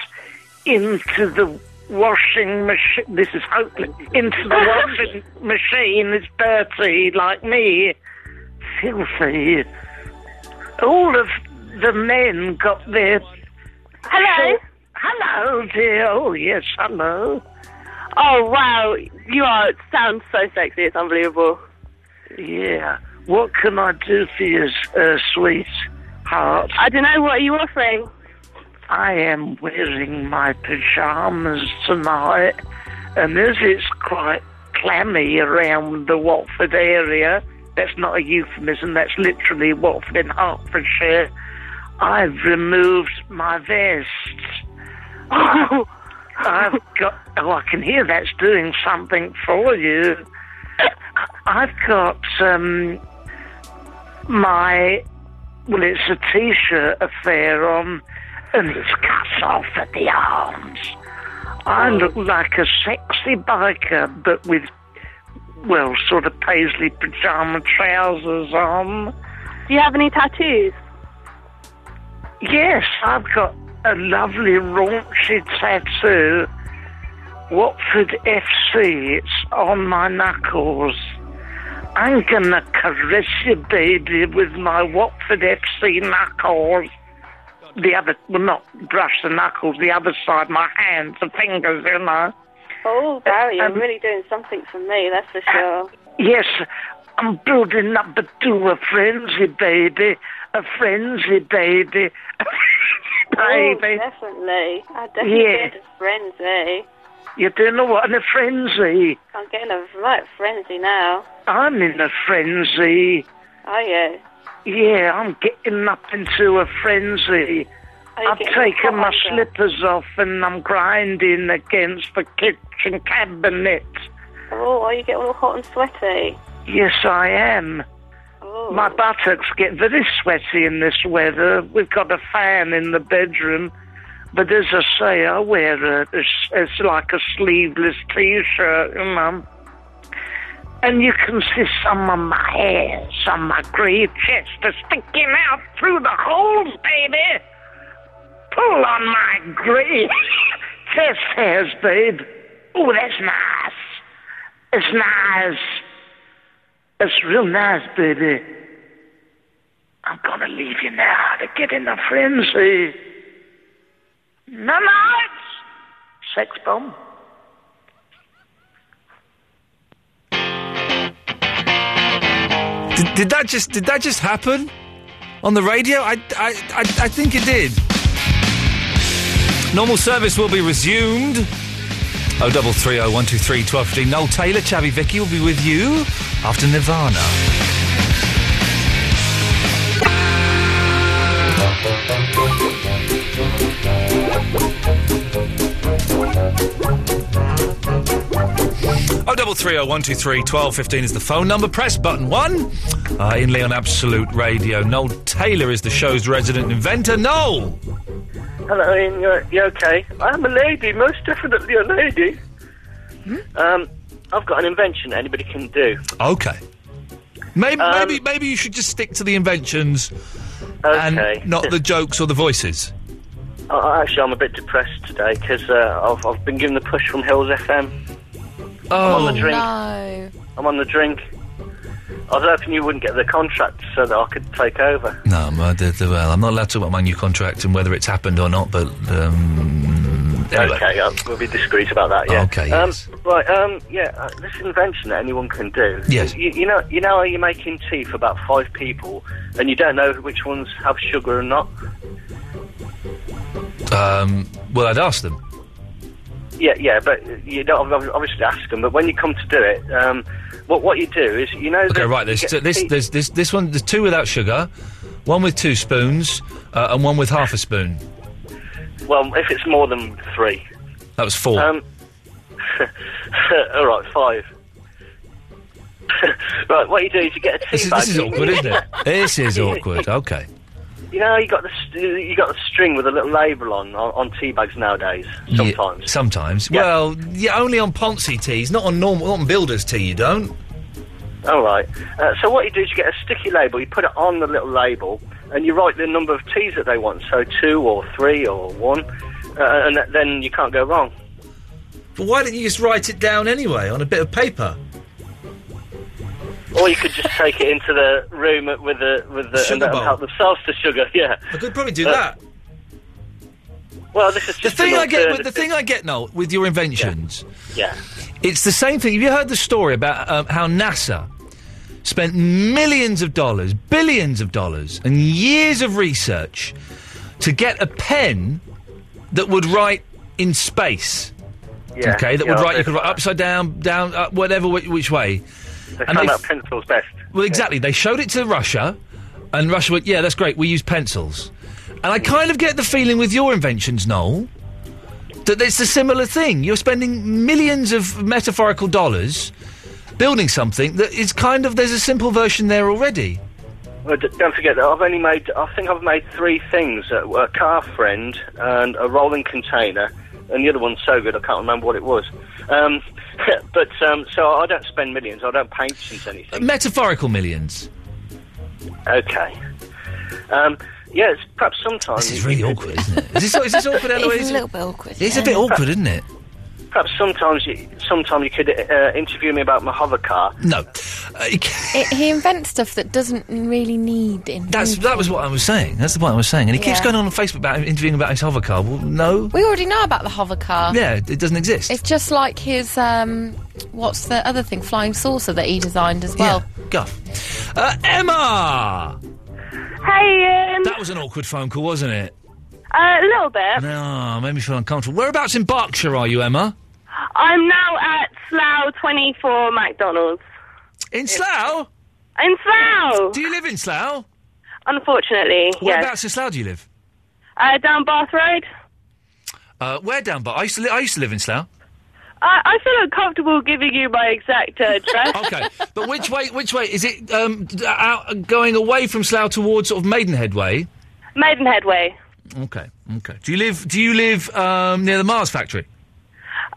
into the washing machine. This is hopeless. Into the washing machine. It's dirty, like me. Filthy. All of the men got their. Hello? Hello, dear. Oh, yes, hello.
Oh wow, you are sound so sexy. It's unbelievable.
Yeah. What can I do for you, uh, sweet heart?
I don't know what are you offering.
I am wearing my pajamas tonight, and as it's quite clammy around the Watford area, that's not a euphemism, that's literally Watford in Hertfordshire, I've removed my vest. Oh, I've got, oh, I can hear that's doing something for you. I've got, um, my well, it's a t-shirt affair on, and it's cut off at the arms. I
Oh.
look like a sexy biker, but with, well, sort of paisley pajama trousers on.
Do you have any tattoos?
Yes, I've got a lovely raunchy tattoo. Watford FC, it's on my knuckles. I'm gonna caress you, baby, with my Watford FC knuckles. The other, well, not brush the knuckles, the other side, my hands, the fingers, you know.
Oh, Barry,
you're Um,
really doing something for me. That's for sure.
Yes, I'm building up the two, a frenzy, baby, a frenzy, baby, a frenzy, baby.
Oh, definitely. I
definitely Yeah. get
a frenzy.
You're doing a what? In a frenzy.
I'm getting a right frenzy now.
I'm in a frenzy.
Are you?
Yeah, I'm getting up into a frenzy.
Are you
I've
getting a
taken my
hot under?
slippers off and I'm grinding against the kitchen cabinet.
Oh, are you getting all hot and sweaty?
Yes, I am.
Oh.
My buttocks get very sweaty in this weather. We've got a fan in the bedroom. But as I say, I wear a, a s- it's like a sleeveless t-shirt, you know. And you can see some of my hair, some of my grey chest are sticking out through the holes, baby. Pull on my grey chest hairs, babe. Oh, that's nice. It's nice. It's real nice, baby. I'm gonna leave you now to get in a frenzy. No, no, it's sex bomb.
Did, did that just did that just happen on the radio? I, I, I, I think it did. Normal service will be resumed. Oh double three oh one two three twelve fifteen. Noel Taylor, Chavy Vicky will be with you after Nirvana. Oh double three oh one two three twelve fifteen is the phone number. Press button one. Uh, in Leon Absolute Radio. Noel Taylor is the show's resident inventor. Noel.
Hello, Ian. You're, you okay? I'm a lady, most definitely a lady.
Hmm?
Um, I've got an invention that anybody can do.
Okay. Maybe,
Um,
maybe, maybe you should just stick to the inventions and not the jokes or the voices.
I- I, actually, I'm a bit depressed today because uh, I've, I've been given the push from Hills FM. I'm on the drink.
Oh, no.
I'm on the drink. I was hoping you wouldn't get the contract so that I could take over.
No, I'm, uh, d- d- well, I'm not allowed to talk about my new contract and whether it's happened or not, but um, Anyway.
Okay, uh, we'll be discreet about that. Yeah.
Okay,
Um,
yes.
right. Um, yeah. Uh, this invention that anyone can do.
Yes.
You, you know. You know how you're making tea for about five people, and you don't know which ones have sugar or not.
Um, well, I'd ask them.
Yeah. Yeah. But you don't ob- obviously ask them. But when you come to do it, um, what what you do is you know.
Okay,
that
right.
you
There's,
get
t- this,
tea-
there's this, this one. There's two without sugar, one with two spoons, uh, and one with half a spoon.
Well, if it's more than three.
That was four.
Um, all right, five. right, what you do is you get a tea
this, is,
bag.
this is awkward, isn't it? This is awkward. Okay.
You know, you got the st- you got the string with a little label on on, on tea bags nowadays.
Sometimes. sometimes. Well, yeah, only on Ponzi teas, not on normal, not on builders tea. You don't.
All right. Uh, so what you do is you get a sticky label. You put it on the little label, and you write the number of teas that they want. So two or three or one, uh, and th- then you can't go wrong.
But why don't you just write it down anyway on a bit of paper?
Or you could just take it into the room with the with the
Sugar
and let 'em
bowl.
help themselves to sugar. Yeah.
I could probably do
Uh,
that.
Well, this is
The
just
thing
an
I get, with, the
alternative.
thing I get, Noel, with your inventions,
Yeah.
it's the same thing. Have you heard the story about um, how NASA spent millions of dollars, billions of dollars, and years of research to get a pen that would write in space?
Yeah,
okay, that
yeah,
would write. You
I've
could write upside down, down, up, whatever, which, which way.
They
And
found
they
out pencils best.
Well, exactly. They showed it to Russia, and Russia went, "Yeah, that's great. We use pencils." And I kind of get the feeling with your inventions, Noel, that it's a similar thing. You're spending millions of metaphorical dollars building something that is kind of there's a simple version there already.
Well, d- don't forget that I've only made. I think I've made three things: a, a car friend and a rolling container, and the other one's so good I can't remember what it was. Um, but um, so I don't spend millions. I don't patent anything.
Metaphorical millions.
Okay. Um, yes, perhaps sometimes.
This is really awkward, isn't it? Is this, is this awkward, Eloise?
It's a little bit awkward.
It's a bit awkward, isn't it?
Perhaps sometimes you, sometime you could uh, interview me about my hover car.
No.
It, he invents stuff that doesn't really need in.
Mm.
That's that was what I was saying. That's the point I was saying. And he keeps
Yeah.
going on, on Facebook about interviewing about his hover car. Well, no.
We already know about the hover car.
Yeah, it doesn't exist.
It's just like his um, what's the other thing, flying saucer that he designed as well.
Guff. Uh, Emma!
Hey, Ian.
That was an awkward phone call, wasn't it?
Uh, a little bit.
No, made me feel uncomfortable. Whereabouts in Berkshire are you, Emma?
I'm now at Slough 24 McDonald's.
In Slough?
In Slough.
Do you live in Slough?
Unfortunately, yes.
Whereabouts in Slough do you live?
Uh, down Bath Road.
Uh, where down? But I used to. Li- I used to live in Slough.
I, I feel uncomfortable giving you my exact uh, address.
okay, but which way? Which way is it? Um, d- out, going away from Slough towards sort of Maidenhead way.
Maidenhead Way.
Okay, okay. Do you live? Do you live um, near the Mars factory?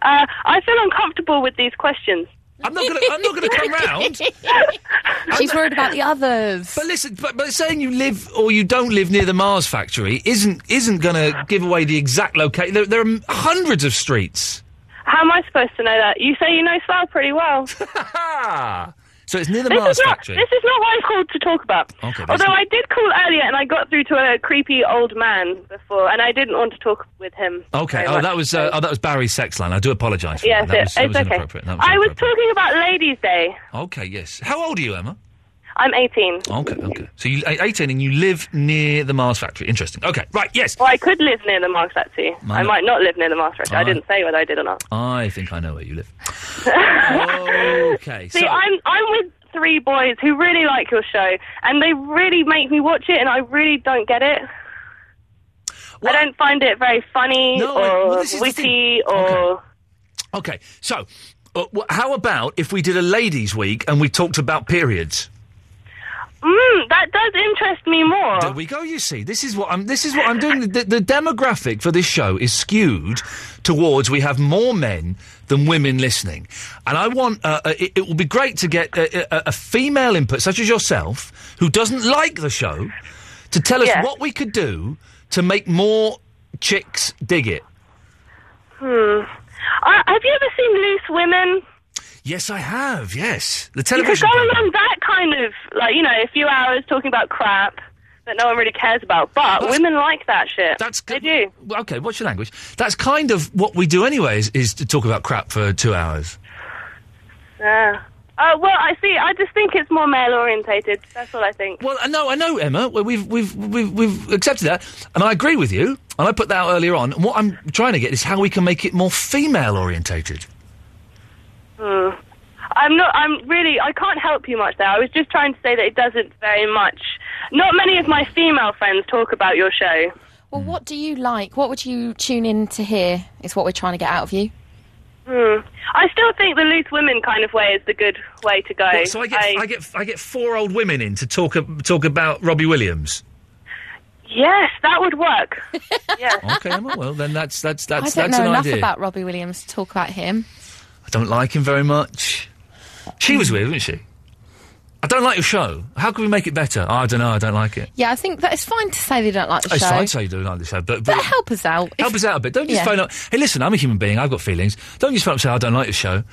Uh, I feel uncomfortable with these questions.
I'm not gonna. I'm not gonna come round.
She's worried about the others.
But listen, but, but saying you live or you don't live near the Mars factory isn't isn't going to give away the exact location. There, there are m- hundreds of streets.
How am I supposed to know that? You say you know Slough pretty well.
Ah, so it's near the
This
Mars
is not,
factory.
this is not what I called to talk about.
Okay, that's-
Although I did call earlier and I got through to a creepy old man before, and I didn't want to talk with him.
Okay.
very
Oh,
much.
that was uh, oh, that was Barry's sex line. I do apologise. for that.
Yes,
That
it-
was,
it's
that was
okay.
inappropriate. That was
I was talking about Ladies' Day.
inappropriate. Okay. Yes. How old are you, Emma?
I'm 18.
Okay. Okay. So you a- 18 and you live near the Mars factory. Interesting. Okay. Right. Yes.
Well, I could live near the Mars Factory.
Might
I
not.
might not live near the Mars Factory. I
Ah.
didn't say whether I did or not.
I think I know where you live. okay.
See,
so
I'm I'm with three boys who really like your show, and they really make me watch it, and I really don't get it. I don't find it very funny
No, I-
or
well, this is the
witty or.
Okay, so uh, wh- how about if we did a ladies' week and we talked about periods?
Mm, that does interest me more.
There we go. You see, this is what I'm. This is what I'm doing. The, the demographic for this show is skewed towards we have more men than women listening, and I want. Uh, uh, it, it will be great to get a, a, a female input, such as yourself, who doesn't like the show, to tell us
Yeah.
what we could do to make more chicks dig it.
Hmm. Uh, have you ever seen Loose Women?
Yes, I have. Yes, the
you could
television.
go
program.
along that kind of like you know a few hours talking about crap, that no one really cares about. But
That's-
women like that shit.
That's
good. They do.
Well, Okay, what's your language? That's kind of what we do anyway, is, is to talk about crap for two hours.
Yeah. Uh, well, I see. I just think it's more male orientated. That's all I think.
Well, uh, I know, I know, Emma. we- We've we've we've we've accepted that, and I agree with you. And I put that out earlier on. And what I'm trying to get is how we can make it more female orientated.
Hmm. I'm not. I'm really. I can't help you much there. I was just trying to say that it doesn't very much. Not many of my female friends talk about your show.
Well, what do you like? What would you tune in to hear? Is what we're trying to get out of you.
Hmm. I still think the loose women kind of way is the good way to go.
What, so I get I, get I get four old women in to talk ab- talk about Robbie Williams.
Yes, that would work. yeah.
Okay, Emma. Oh, Well, then that's that's that's
I don't
that's
know
an
enough
idea.
about Robbie Williams to talk about him.
I don't like him very much. She was weird, wasn't she? I don't like your show. How can we make it better? I don't know. I don't like it.
Yeah, I think that it's fine to say they don't like the
It's
show.
fine to say you don't like the show, but,
But
but
help us out.
help us out a bit. Don't just
Yeah.
phone up. Hey, listen, I'm a human being. I've got feelings. Don't just phone up and say I don't like the show.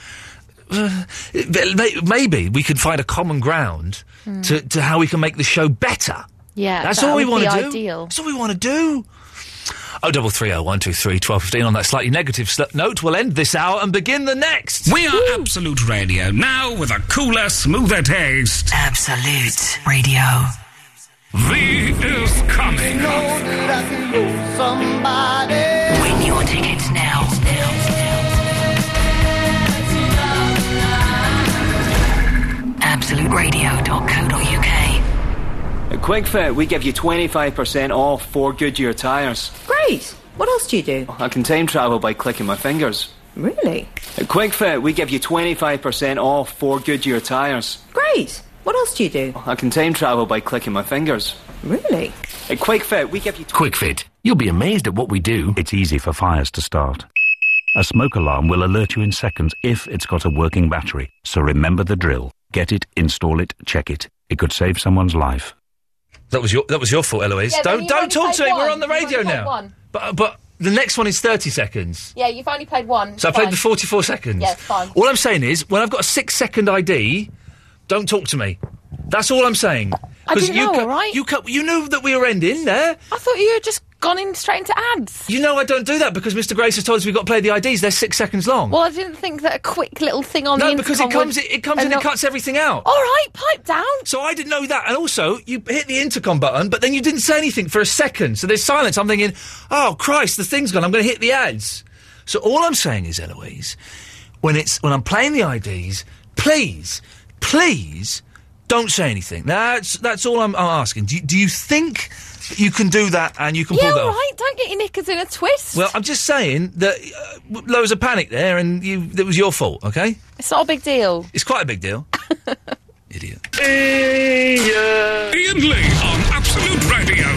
Uh, but may- Maybe we could find a common ground
Hmm.
to, to how we can make the show better.
Yeah,
That's
that
all we
would
want
be
to do.
Ideal. That's
all we want to do. Oh, double three oh one two three twelve fifteen. On that slightly negative sl- note, we'll end this hour and begin the next.
We are Absolute Radio now with a cooler, smoother taste. Absolute Radio. V is coming.
Somebody. Win your tickets now.
AbsoluteRadio.co.uk.
At QuickFit, we give you 25% off four Goodyear tyres.
Great. What else do you do?
I can time travel by clicking my fingers.
Really?
At QuickFit, we give you 25% off four Goodyear tyres.
Great. What else do you do?
I can time travel by clicking my fingers.
Really?
At QuickFit, we give you.
QuickFit. You'll be amazed at what we do. It's easy for fires to start. A smoke alarm will alert you in seconds if it's got a working battery, so remember the drill. Get it, install it, check it. It could save someone's life.
That was your that was your fault, Eloise.
Yeah, then
don't
you've
don't
only
talk to
played
me. We're
one.
on the
You've only
radio
played
now.
one.
But but the next one is thirty seconds.
Yeah, you've only played one.
So I played the forty-four seconds.
Yeah, it's fine.
All I'm saying is, when I've got a six-second ID, don't talk to me. That's all I'm saying.
I
'Cause
didn't
you
know,
co-
all right?
You co- you knew that we were ending there.
I thought you had just gone in straight into ads.
You know I don't do that because Mr. Grace has told us we've got to play the IDs. They're six seconds long.
Well, I didn't think that a quick little thing on the
no, because it
intercom
comes
would-
it, it comes
and
and it
not-
cuts everything out.
All right, pipe down.
So I didn't know that, and also you hit the intercom button, but then you didn't say anything for a second. So there's silence. I'm thinking, oh Christ, the thing's gone. I'm going to hit the ads. So all I'm saying is, Eloise, when it's when I'm playing the IDs, please, please, don't say anything. That's that's all I'm, I'm asking. Do you, do you think that you can do that and you can
Yeah,
pull
all
that off?
right. Don't get your knickers in a twist.
Well, I'm just saying that uh, w- there was a panic there, and you, it was your fault. Okay,
It's not a big deal.
it's quite a big deal.
Ian Lee on Absolute Radio.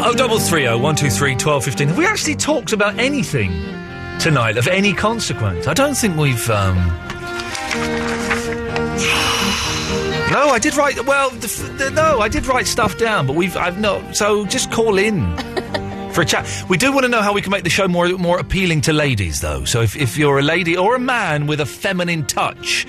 Oh, double three oh one two three twelve fifteen. Have we actually talked about anything tonight of any consequence? I don't think we've. Um... No, I did write. Well, the, f- the, no, I did write stuff down, but we've. I've not. So just call in for a chat. We do want to know how we can make the show more more appealing to ladies, though. So if, if you're a lady or a man with a feminine touch,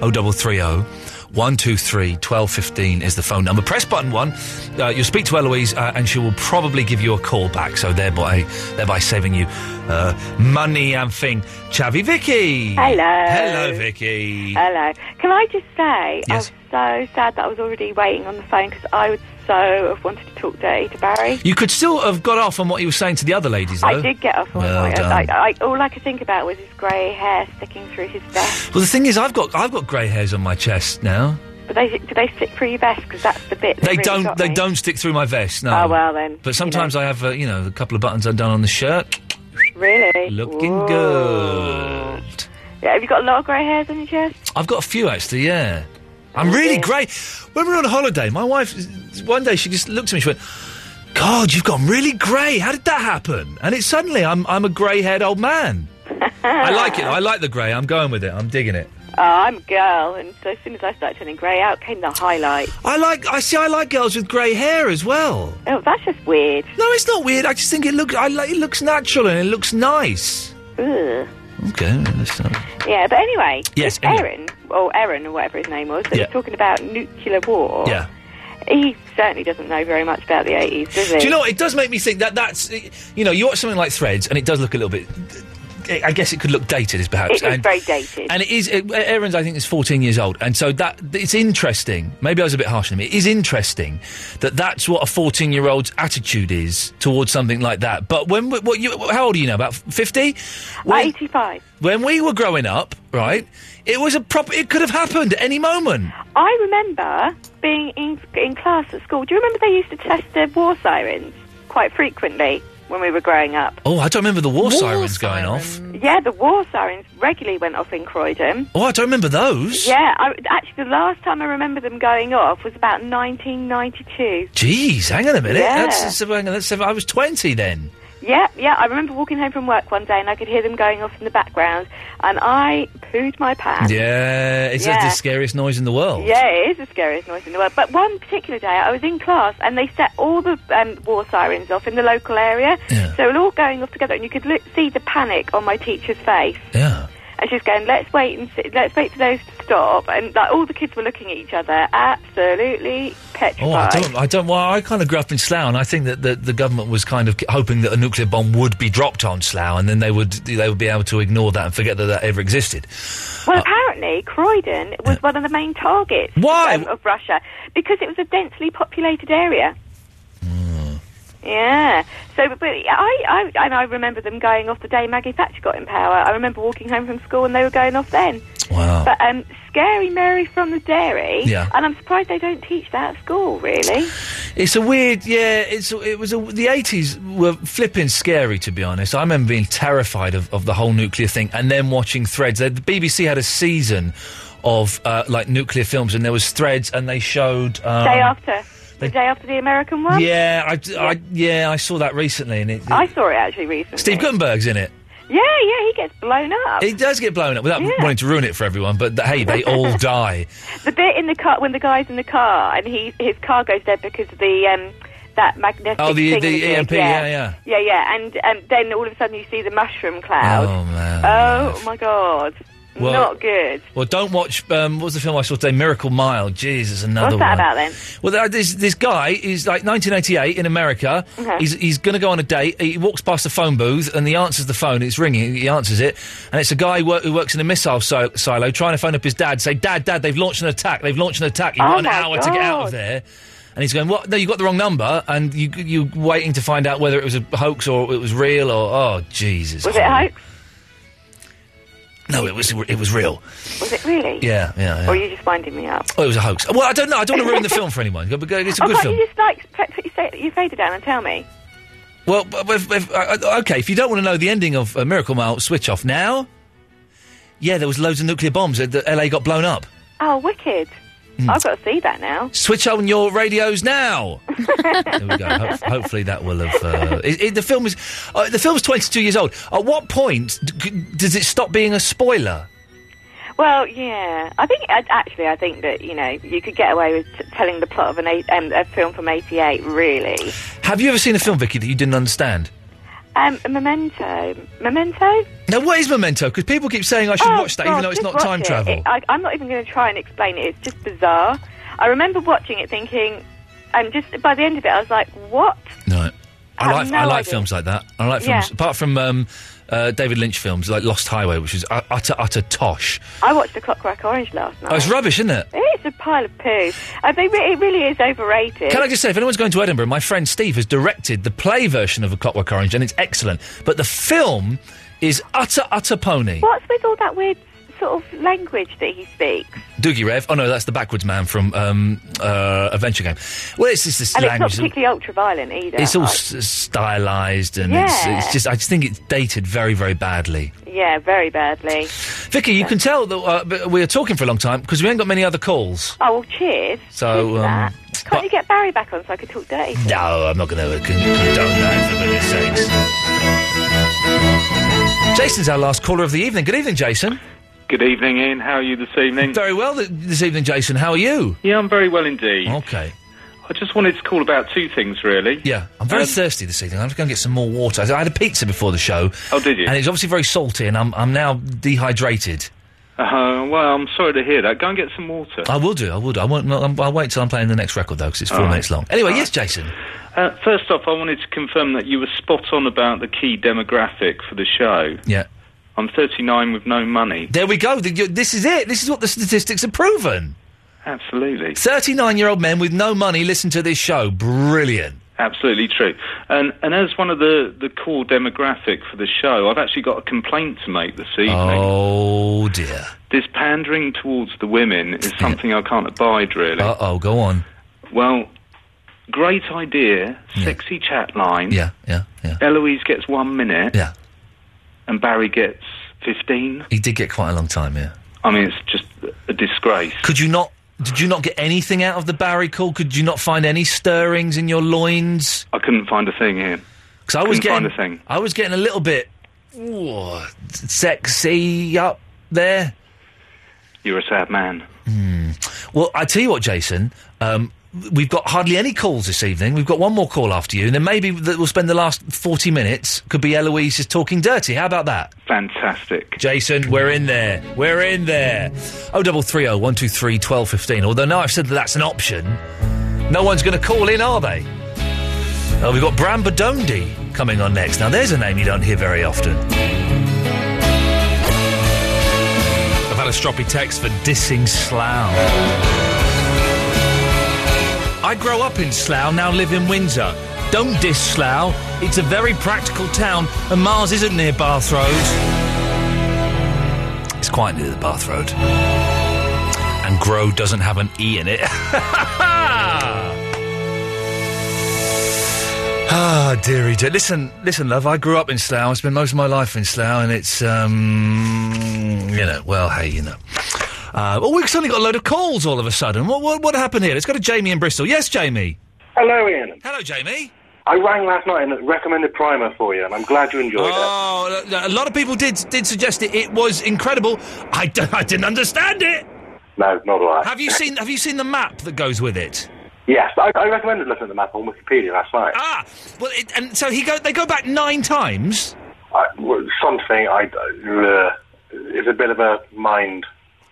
oh double three oh. 123 1215 is the phone number. Press button one. Uh, you'll speak to Eloise uh, and she will probably give you a call back. So, thereby thereby saving you uh, money and thing. Chavy Vicky.
Hello.
Hello, Vicky.
Hello. Can I just say,
Yes.
I was so sad that I was already waiting on the phone because I would so have wanted to talk dirty to Barry.
You could still have got off on what you were saying to the other ladies, though.
I did get off on
Well
it.
done.
I, uh, I, all I could think about was his grey hair sticking through his vest.
Well, the thing is, I've got I've got grey hairs on my chest now.
But they, do they stick through your vest? Because that's the bit. That
They
really
don't
Got
they
me.
don't stick through my vest. No.
Oh, well then,
But sometimes I have uh, you know a couple of buttons undone on the shirt,
Really?
looking
Ooh.
good.
Yeah, have you got a lot of grey hairs on your chest?
I've got a few actually. Yeah, I'm really great. When we were on holiday, my wife one day she just looked at me. She went, God, you've gone really grey. How did that happen? And it's suddenly I'm I'm a grey-haired old man. I like it. I like the grey. I'm going with it. I'm digging it.
Oh, I'm a girl, and so as soon as I started turning grey out came the highlight.
I like. I see. I like girls with grey hair as well.
Oh, that's just weird.
No, it's not weird. I just think it looks. I like. It looks natural and it looks nice.
Ugh.
Okay. Let's not...
Yeah, but anyway,
Yes,
this
anyway.
Aaron, or Aaron, or whatever his name was, that
Yeah.
was talking about nuclear war.
Yeah.
He certainly doesn't know very much about the 80s, does he?
Do you know what? It does make me think that that's. You know, you watch something like Threads, and it does look a little bit. I guess it could look dated, is perhaps.
It was
and,
very dated.
and it is. It, Aaron's, I think, is 14 years old, and so that it's interesting. Maybe I was a bit harsh on him. It is interesting that that's what a 14 year old's attitude is towards something like that. But when we- what you, how old are you now? About 50?
85.
When we were growing up, right? It was a proper. It could have happened at any moment.
I remember being in, in class at school. Do you remember they used to test the war sirens quite frequently when we were growing up?
Oh, I don't remember the war, sirens going off.
Yeah, the war sirens regularly went off in Croydon.
Oh, I don't remember those.
Yeah, I, actually, the last time I remember them going off was about 1992.
Jeez, hang on a minute.
Yeah.
That's, that's, hang on, that's, I was 20 then.
Yeah, yeah, I remember walking home from work one day and I could hear them going off in the background, and I pooed my pants.
Yeah, it's that's
Um, Yeah.
the scariest noise in the world.
Yeah, it is the scariest noise in the world. But one particular day, I was in class and they set all the um, war sirens off in the local area. So they were all going off together, and you could look, see the panic on my teacher's face.
Yeah.
And she's going, "Let's wait and see, let's wait for those to stop." And like all the kids were looking at each other, absolutely
Oh,
petrified.
I don't, I don't, well, I kind of grew up in Slough and I think that the, the government was kind of hoping that a nuclear bomb would be dropped on Slough and then they would, they would be able to ignore that and forget that that ever existed. Uh,
Well, apparently, Croydon was one of the main targets
Why?
um, of Russia because it was a densely populated area.
Hmm.
Yeah. So, but I, I, and I remember them going off the day Maggie Thatcher got in power. I remember walking home from school and they were going off then.
Wow.
But um, Scary Mary from the Dairy.
Yeah.
And I'm surprised they don't teach that at school, really.
It's a weird, yeah. It's it was a, the eighties were flipping scary to be honest. I remember being terrified of, of the whole nuclear thing, and then watching Threads. They- The BBC had a season of uh, like nuclear films, and there was Threads, and they showed um,
day after.
they-
the day after the American one?
Yeah, I, I yeah I saw that recently, and it,
I saw it actually recently.
Steve Guttenberg's in it.
Yeah, yeah, he gets blown up.
He does get blown up without
Oh. Yeah.
wanting to ruin it for everyone, but th- hey, they all die.
The bit in the car when the guy's in the car and he his car goes dead because of the um that magnetic.
Oh, the-
thing
the
he did,
EMP, yeah, yeah.
yeah, yeah, and um, then all of a sudden you see the mushroom cloud.
Oh, man.
Oh my god,
Well,
not good.
Well, don't watch. Um, what was the film I saw today? Miracle Mile. Jeez, there's another
What's that
one.
about then?
Well, there- this this guy is like 1988 in America.
Okay.
He's he's going to go on a date. He walks past a phone booth and he answers the phone. It's ringing. He answers it, and it's a guy who, wor- who works in a missile si- silo trying to phone up his dad. Say, Dad, Dad, they've launched an attack. They've launched an attack. You've
Oh
got an
my
hour to get out of
God.
there. And he's going, what? No, you got the wrong number, and you you waiting to find out whether it was a hoax or it was real or oh Jesus.
Was it hoax?
No, it was it was real.
Was it really?
Yeah, yeah. yeah.
Or are you just winding me up?
Oh, it was a hoax. Well, I don't know. I don't want to ruin the film for anyone. Go- go- It's a
oh,
good
can't
film.
you just like put, put your, fa- your fader down and tell me?
Well, b- b- if, if, uh, uh, okay, if you don't want to know the ending of uh, Miracle Mile, switch off now. Yeah, there was loads of nuclear bombs. Uh, the LA got blown up.
Oh, wicked!
Hmm.
I've got to see that now.
Switch on your radios now. there we go. Ho- hopefully that will have. Uh, it, it- the film is uh, the film's twenty two years old. At what point d- c- does it stop being a spoiler?
Well, yeah. I think I- actually, I think that you know you could get away with t- telling the plot of an eight, um, a film from '88, really.
Have you ever seen a film, Vicky, that you didn't understand?
Um, Memento. Memento?
Now, what is Memento? Because people keep saying I should
Oh,
watch that,
God,
even though it's
just
not
watch
time
it.
travel.
It- I, I'm not even going to try and explain it. It's just bizarre. I remember watching it thinking, and just by the end of it, I was like, what?
No. I
have
like
no
I like
idea.
films like that. I like films
Yeah.
apart from um, uh, David Lynch films like Lost Highway, which is u- utter utter tosh.
I watched The Clockwork Orange last night.
Oh, it's rubbish, isn't it?
It's a pile of poo. I think re- it really is overrated.
Can I just say, if anyone's going to Edinburgh, my friend Steve has directed the play version of A Clockwork Orange, and it's excellent. But the film is utter utter pony.
What's with all that weird sort of language that he speaks?
Doogie Rev. Oh no, that's the backwards man from um, uh, Adventure Game. Well, it's just this
and it's not
language. that-
particularly ultra-violent either.
it's all
I-
s- stylized, and
Yeah.
it's, it's just I just think it's dated very very badly.
Yeah, very badly.
Vicky, you can tell that uh, we are talking for a long time because we ain't got many other calls.
Oh, well, cheers.
So, um,
Can't you get Barry back on so I could talk dirty?
No, I'm not going to condone that for goodness sakes. Jason's our last caller of the evening. Good evening, Jason.
Good evening, Ian. How are you this evening?
Very well th- this evening, Jason. How are you?
Yeah, I'm very well indeed.
Okay.
I just wanted to call about two things, really.
Yeah, I'm very
Um,
thirsty this evening. I'm going to get some more water. I had a pizza before the show.
Oh, did you?
And it's obviously very salty, and I'm, I'm now dehydrated.
Uh, well, I'm sorry to hear that. Go and get some water.
I will do. I will do. I won't. no, I'm- I'll wait till I'm playing the next record though, because it's four
All right.
minutes long. Anyway, yes, Jason.
Uh, first off, I wanted to confirm that you were spot on about the key demographic for the show.
Yeah.
I'm 39 with no money.
There we go. Th- you- This is it. This is what the statistics have proven.
Absolutely.
39 year old men with no money listen to this show. Brilliant.
Absolutely true. And and as one of the, the core demographic for the show, I've actually got a complaint to make this evening.
Oh, dear.
This pandering towards the women is something I can't abide, really.
Uh oh, go on.
Well, great idea, sexy chat line.
Yeah, yeah, yeah.
Eloise gets one minute.
Yeah.
And Barry gets 15.
He did get quite a long time, yeah.
I mean, it's just a disgrace.
Could you not? Did you not get anything out of the Barry call? Could you not find any stirrings in your loins?
I couldn't find a thing here.
Because I was
Couldn't
getting,
find a thing.
I was getting a little bit ooh, sexy up there.
You're a sad man.
Hmm. Well, I tell you what, Jason. Um, we've got hardly any calls this evening. We've got one more call after you, and then maybe that we'll spend the last forty minutes. Could be Eloise is talking dirty. How about that?
Fantastic,
Jason. We're in there. We're in there. Oh, double three oh one two three twelve fifteen. Although now I've said that that's an option. No one's going to call in, are they? Oh, we've got Brambadondi coming on next. Now, there's a name you don't hear very often. I've had a stroppy text for dissing Slough. I grow up in Slough, now live in Windsor. Don't diss Slough. It's a very practical town, and Mars isn't near Bath Road. It's quite near the Bath Road. And Grow doesn't have an E in it. ah, dearie dear. Listen, listen, love, I grew up in Slough. I spent most of my life in Slough, and it's, um, you know, well, hey, you know. Uh, oh, we've suddenly got a load of calls all of a sudden. What, what, what happened here? Let's go to Jamie in Bristol. Yes, Jamie.
Hello, Ian.
Hello, Jamie.
I rang last night and recommended Primer for you, and I'm glad you enjoyed
Oh, lo- lo- a lot of people did did suggest it. It was incredible. I, d- I didn't understand
it.
it.
No, not all right.
Have you seen Have you seen the map that goes with it?
Yes, I, I recommended looking at the map on Wikipedia last night.
Ah, well, it, and so he go. They go back nine times.
I, well, something I uh, is a bit of a mind.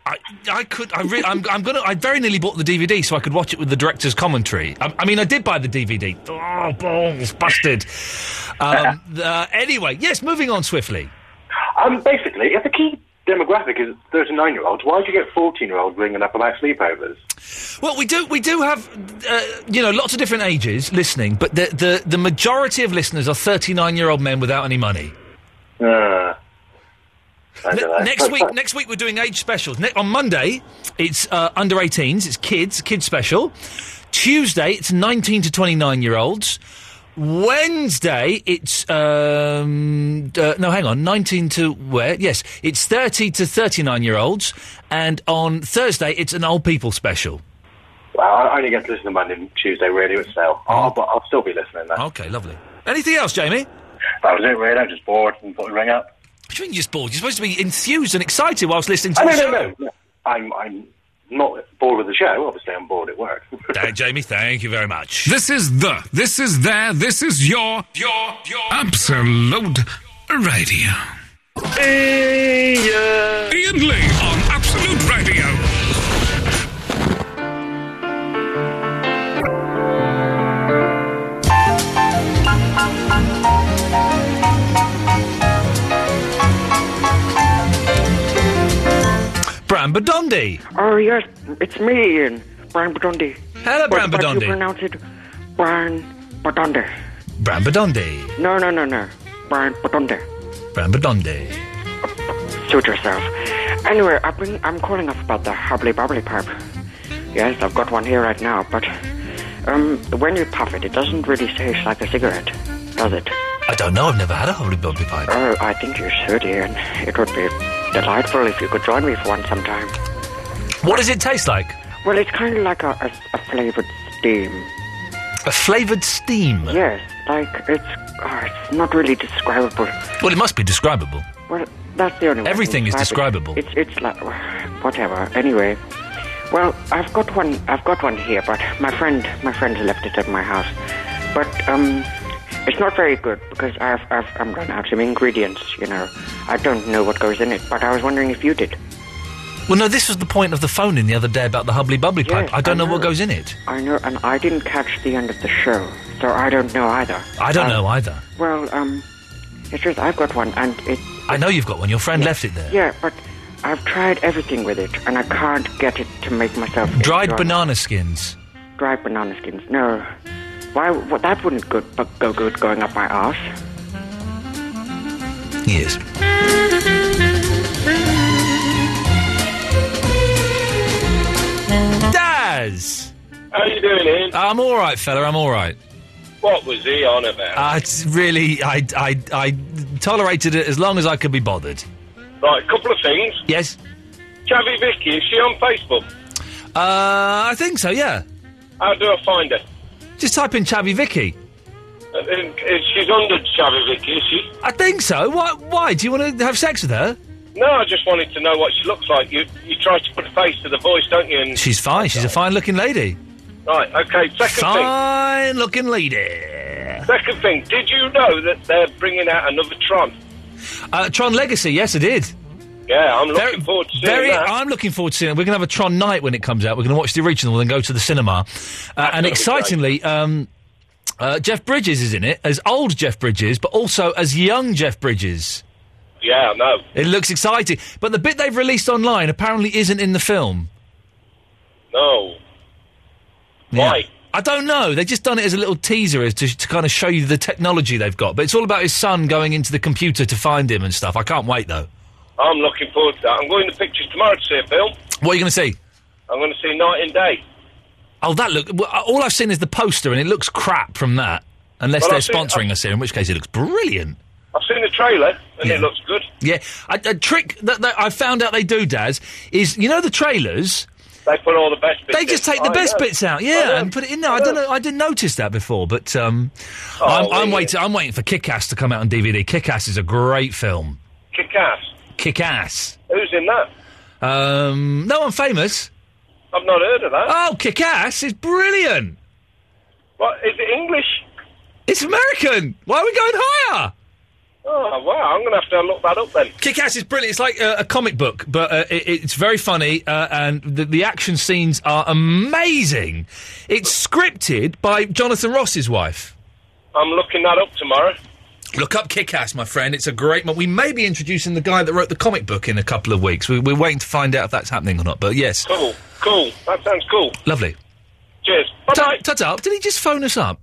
I, I could. I re- I'm, I'm gonna. I very nearly bought the DVD so I could watch it with the director's commentary. I, I mean, I did buy the DVD. Oh, balls busted. Um, uh, anyway, yes. Moving on swiftly.
Um, basically, if the key demographic is 39 year olds, why do you get 14 year olds ringing up about sleepovers?
Well, we do we do have uh, you know lots of different ages listening, but the the, the majority of listeners are thirty nine year old men without any money.
Uh, I don't know.
Next week, next week we're doing age specials. Ne- on Monday, it's uh, under 18s, it's kids, kids special. Tuesday, it's 19 to 29 year olds. Wednesday, it's um, uh, no, hang on, 19 to where? Yes, it's 30 to 39 year olds, and on Thursday, it's an old people special.
Well, I only get to listen to Monday and Tuesday, really, itself. Oh, but I'll still be listening then.
Okay, lovely. Anything else, Jamie?
That was it, really. I'm just bored and thought I'd ring up.
What do you mean you're just bored? You're supposed to be enthused and excited whilst listening to
I
the
no,
show.
no, no, no. I'm, I'm not bored with the show. Obviously, I'm bored at work.
Uh, Jamie, thank you very much.
This is the, this is there, this is your, your, your absolute radio. Ian. Lee on Absolute Radio.
Brambadondi.
Oh yes, it's me, Ian. Brian Badondi.
Hello, Brian
But
Badondi.
you pronounce it Brian Badondi.
Brambadondi.
No, no, no, no. Brian Badondi.
Brambadondi.
Suit yourself. Anyway, I've been, I'm calling up about the hubbly bubbly pipe. Yes, I've got one here right now, but um, when you puff it, it doesn't really taste like a cigarette, does it?
I don't know. I've never had a holy bubbly pipe.
Oh, I think you should, Ian. It would be delightful if you could join me for one sometime.
What does it taste like?
Well, it's kind of like a, a, a flavoured steam.
A flavoured steam?
Yes, like it's, oh, it's not really describable.
Well, it must be describable.
Well, that's the only way. to
Everything is
describe it.
describable.
It's it's like whatever. Anyway, well, I've got one. I've got one here, but my friend, my friend left it at my house. But um, it's not very good because I've I've I'm run out of ingredients. You know, I don't know what goes in it. But I was wondering if you did.
Well, no, this was the point of the phone in the other day about the hubbly bubbly
Yes,
pipe. I don't
I
know what
know.
goes in it.
I know, and I didn't catch the end of the show, so I don't know either.
I don't
Um,
know either.
Well, um, it's just I've got one, and it
I know you've got one. Your friend left it there.
yeah, but I've tried everything with it, and I can't get it to make myself
Dried
enjoy-
banana skins.
Dried banana skins. No, why? Well, that wouldn't good, but go good going up my arse.
Yes. Daz!
How you doing, Ian?
I'm all right, fella. I'm all right.
What was he on about?
Uh, it's really, I, I, I tolerated it as long as I could be bothered.
Right, a couple of things.
Yes.
Chavi Vicky, is she on Facebook?
Uh, I think so, yeah.
How do I find her?
Just type in Chabby Vicky.
Uh, uh, She's under Chavi Vicky, is she?
I think so. Why? Why? Do you want to have sex with her?
No, I just wanted to know what she looks like. You you try to put a face to the voice, don't you? And
She's fine. She's a fine looking lady.
right, okay. Second
Fine looking lady.
thing. Second thing. Did you know that they're bringing out another Tron?
Uh, Tron Legacy, yes, I did.
Yeah, I'm looking forward to seeing
Very,
that.
I'm looking forward to seeing it. We're going to have a Tron night when it comes out. We're going to watch the original and go to the cinema. Uh, and excitingly, um, uh, Jeff Bridges is in it as old Jeff Bridges, but also as young Jeff Bridges.
yeah, I know.
It looks exciting. But the bit they've released online apparently isn't in the film.
No.
Why? I don't know. They've just done it as a little teaser as to, to kind of show you the technology they've got. But it's all about his son going into the computer to find him and stuff. I can't wait, though.
I'm looking forward to that. I'm going to pictures tomorrow to see a film.
What are you going to see?
I'm going to see Night and Day.
Oh, that look. well, All I've seen is the poster, and it looks crap from that. Unless
Well,
they're
I've seen-
sponsoring us here, in which case it looks brilliant.
I've seen the trailer and
Yeah.
it looks good.
Yeah, a, a trick that, that I found out they do, Daz, is you know the trailers.
They put all the best bits.
They just
in. Oh,
take the
I
best
know.
bits out,
I know.
yeah, and put it in there. I don't know. I didn't notice that before, but um,
Oh,
I'm, I'm
yeah.
waiting. I'm waiting for Kick-Ass to come out on DVD. Kick-Ass is a great film.
Kick ass.
Kick-Ass.
Who's in that?
Um, no, I'm famous.
I've not heard of that.
Oh, Kick-Ass is brilliant.
What is it? English?
It's American. Why are we going higher?
Oh wow! I'm going to have to look that up then.
Kick Ass is brilliant. It's like uh, a comic book, but uh, it, it's very funny, uh, and the, the action scenes are amazing. It's scripted by Jonathan Ross's wife.
I'm looking that up tomorrow.
Look up Kick Ass, my friend. It's a great one. We may be introducing the guy that wrote the comic book in a couple of weeks. We, we're waiting to find out if that's happening or not, but yes.
Cool, cool. That sounds cool.
Lovely.
Cheers.
Ta ta. Did he just phone us up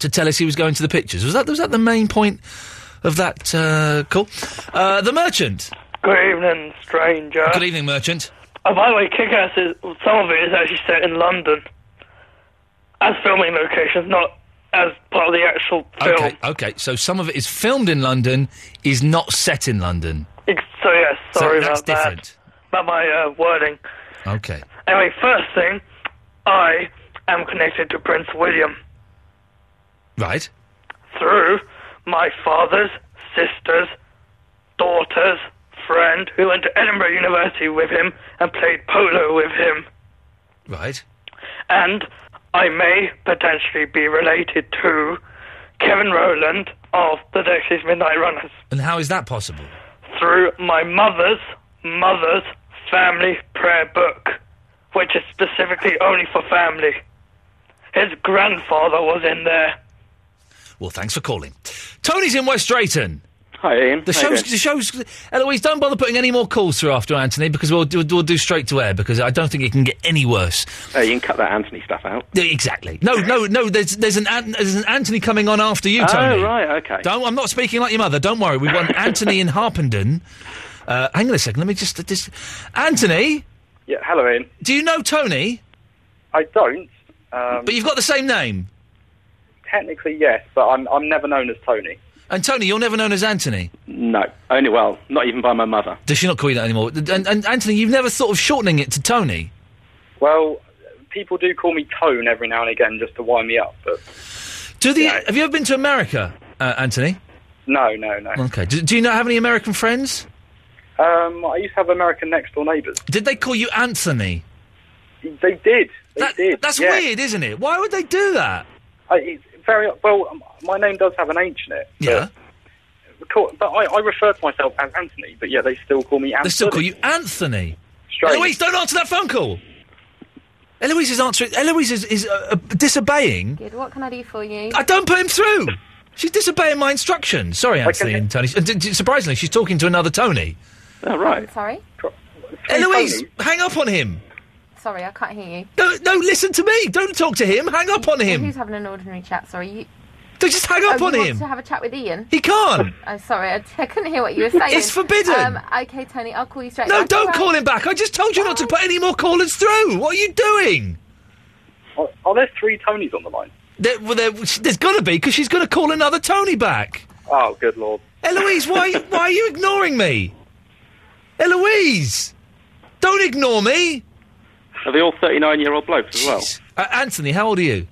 to tell us he was going to the pictures? Was that was that the main point of that uh, call? Uh, the merchant.
Good evening, stranger.
Good evening, merchant.
Oh, by the way, Kick-Ass is some of it is actually set in London as filming locations, not as part of the actual film.
Okay, okay. So some of it is filmed in London, is not set in London.
So yes,
So
sorry
that's
about
different.
that. About my uh, wording.
Okay.
Anyway, first thing, I am connected to Prince William
Right.
through my father's sister's daughter's friend who went to Edinburgh University with him and played polo with him.
Right.
and I may potentially be related to Kevin Rowland of the Dexys Midnight Runners
And how is that possible?
through my mother's mother's family prayer book, which is specifically only for family. His grandfather was in there.
Well, thanks for calling. Tony's in West Drayton.
Hi, Ian.
The
How you
show's,
doing?
the show's. Eloise, don't bother putting any more calls through after Anthony because we'll do, we'll do straight to air because I don't think it can get any worse.
Hey, you can cut that Anthony stuff out.
Yeah, Exactly. No, no, no. There's there's an An- there's an Anthony coming on after you,
Oh,
Tony.
right, okay.
Don't. I'm not speaking like your mother. Don't worry. We've got an Anthony in Harpenden. Uh, hang on a second. Let me just just. Anthony.
Yeah. Hello, Ian.
Do you know Tony?
I don't. Um,
But you've got the same name.
technically yes, but I'm I'm never known as Tony.
And Tony, you're never known as Anthony.
No, only well, not even by my mother.
Does she not call you that anymore? And, and Anthony, you've never thought of shortening it to Tony.
Well, people do call me Tone every now and again just to wind me up, but
Do the have you ever been to America, uh, Anthony?
no, no, no.
Okay. Do, do you not have any American friends?
Um, I used to have American next door neighbours.
Did they call you Anthony?
They did. They did.
That's
yeah.
weird, isn't it? Why would they do that?
I, it's very well. um, My name does have an H in it.
Yeah.
Of course, but I, I refer to myself as Anthony. But yeah, they still call me. Anthony.
They still call you Anthony.
Strange.
Eloise, don't answer that phone call. Eloise is answering. Eloise is, is uh, uh, disobeying.
Good. What can I do for you?
I don't put him through. She's disobeying my instructions. Sorry, Anthony and Tony. Uh, d- d- surprisingly, she's talking to another Tony.
Oh, right. Sorry.
Eloise, hang up on him.
Sorry, I can't hear you.
No, no, listen to me. Don't talk to him. Hang up on him.
Who's having an ordinary chat? Sorry, you.
Don't just hang up
oh,
on
you
him.
Want to have a chat with Ian.
He can't.
I'm sorry, I, I couldn't hear what you were saying.
It's forbidden.
Um, okay, Tony, I'll call you straight.
No,
back.
don't
All
call him back. I just told you not to put any more callers through. What are you doing?
Are, are there three Tonys on the line?
There, well, there, there's got to be because she's going to call another Tony back.
Oh, good lord.
Eloise, why why are you ignoring me? Eloise, don't ignore me.
Are they all 39 year old blokes as well?
Uh, Anthony, how old are you?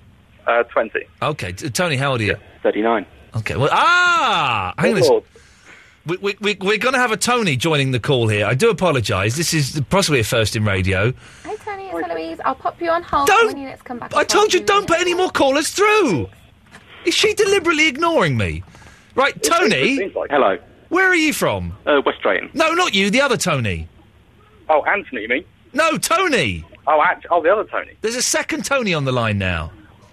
Uh, 20.
Okay, t- Tony, how old are you?
39.
Okay, well, ah, hang on. a s- We, we, we, we're going to have a Tony joining the call here. I do apologise. This is possibly a first in radio.
Hey, Tony, it's Eloise. I'll pop you on hold when you next come back.
I told you don't put any more callers through. Is she deliberately ignoring me? Right, Tony.
Hello.
Where are you from?
Uh, West Drayton.
No, not you. The other Tony.
Oh, Anthony, you mean?
No, Tony.
Oh, act- oh, the other Tony. Oh,
There's a second Tony on the line now.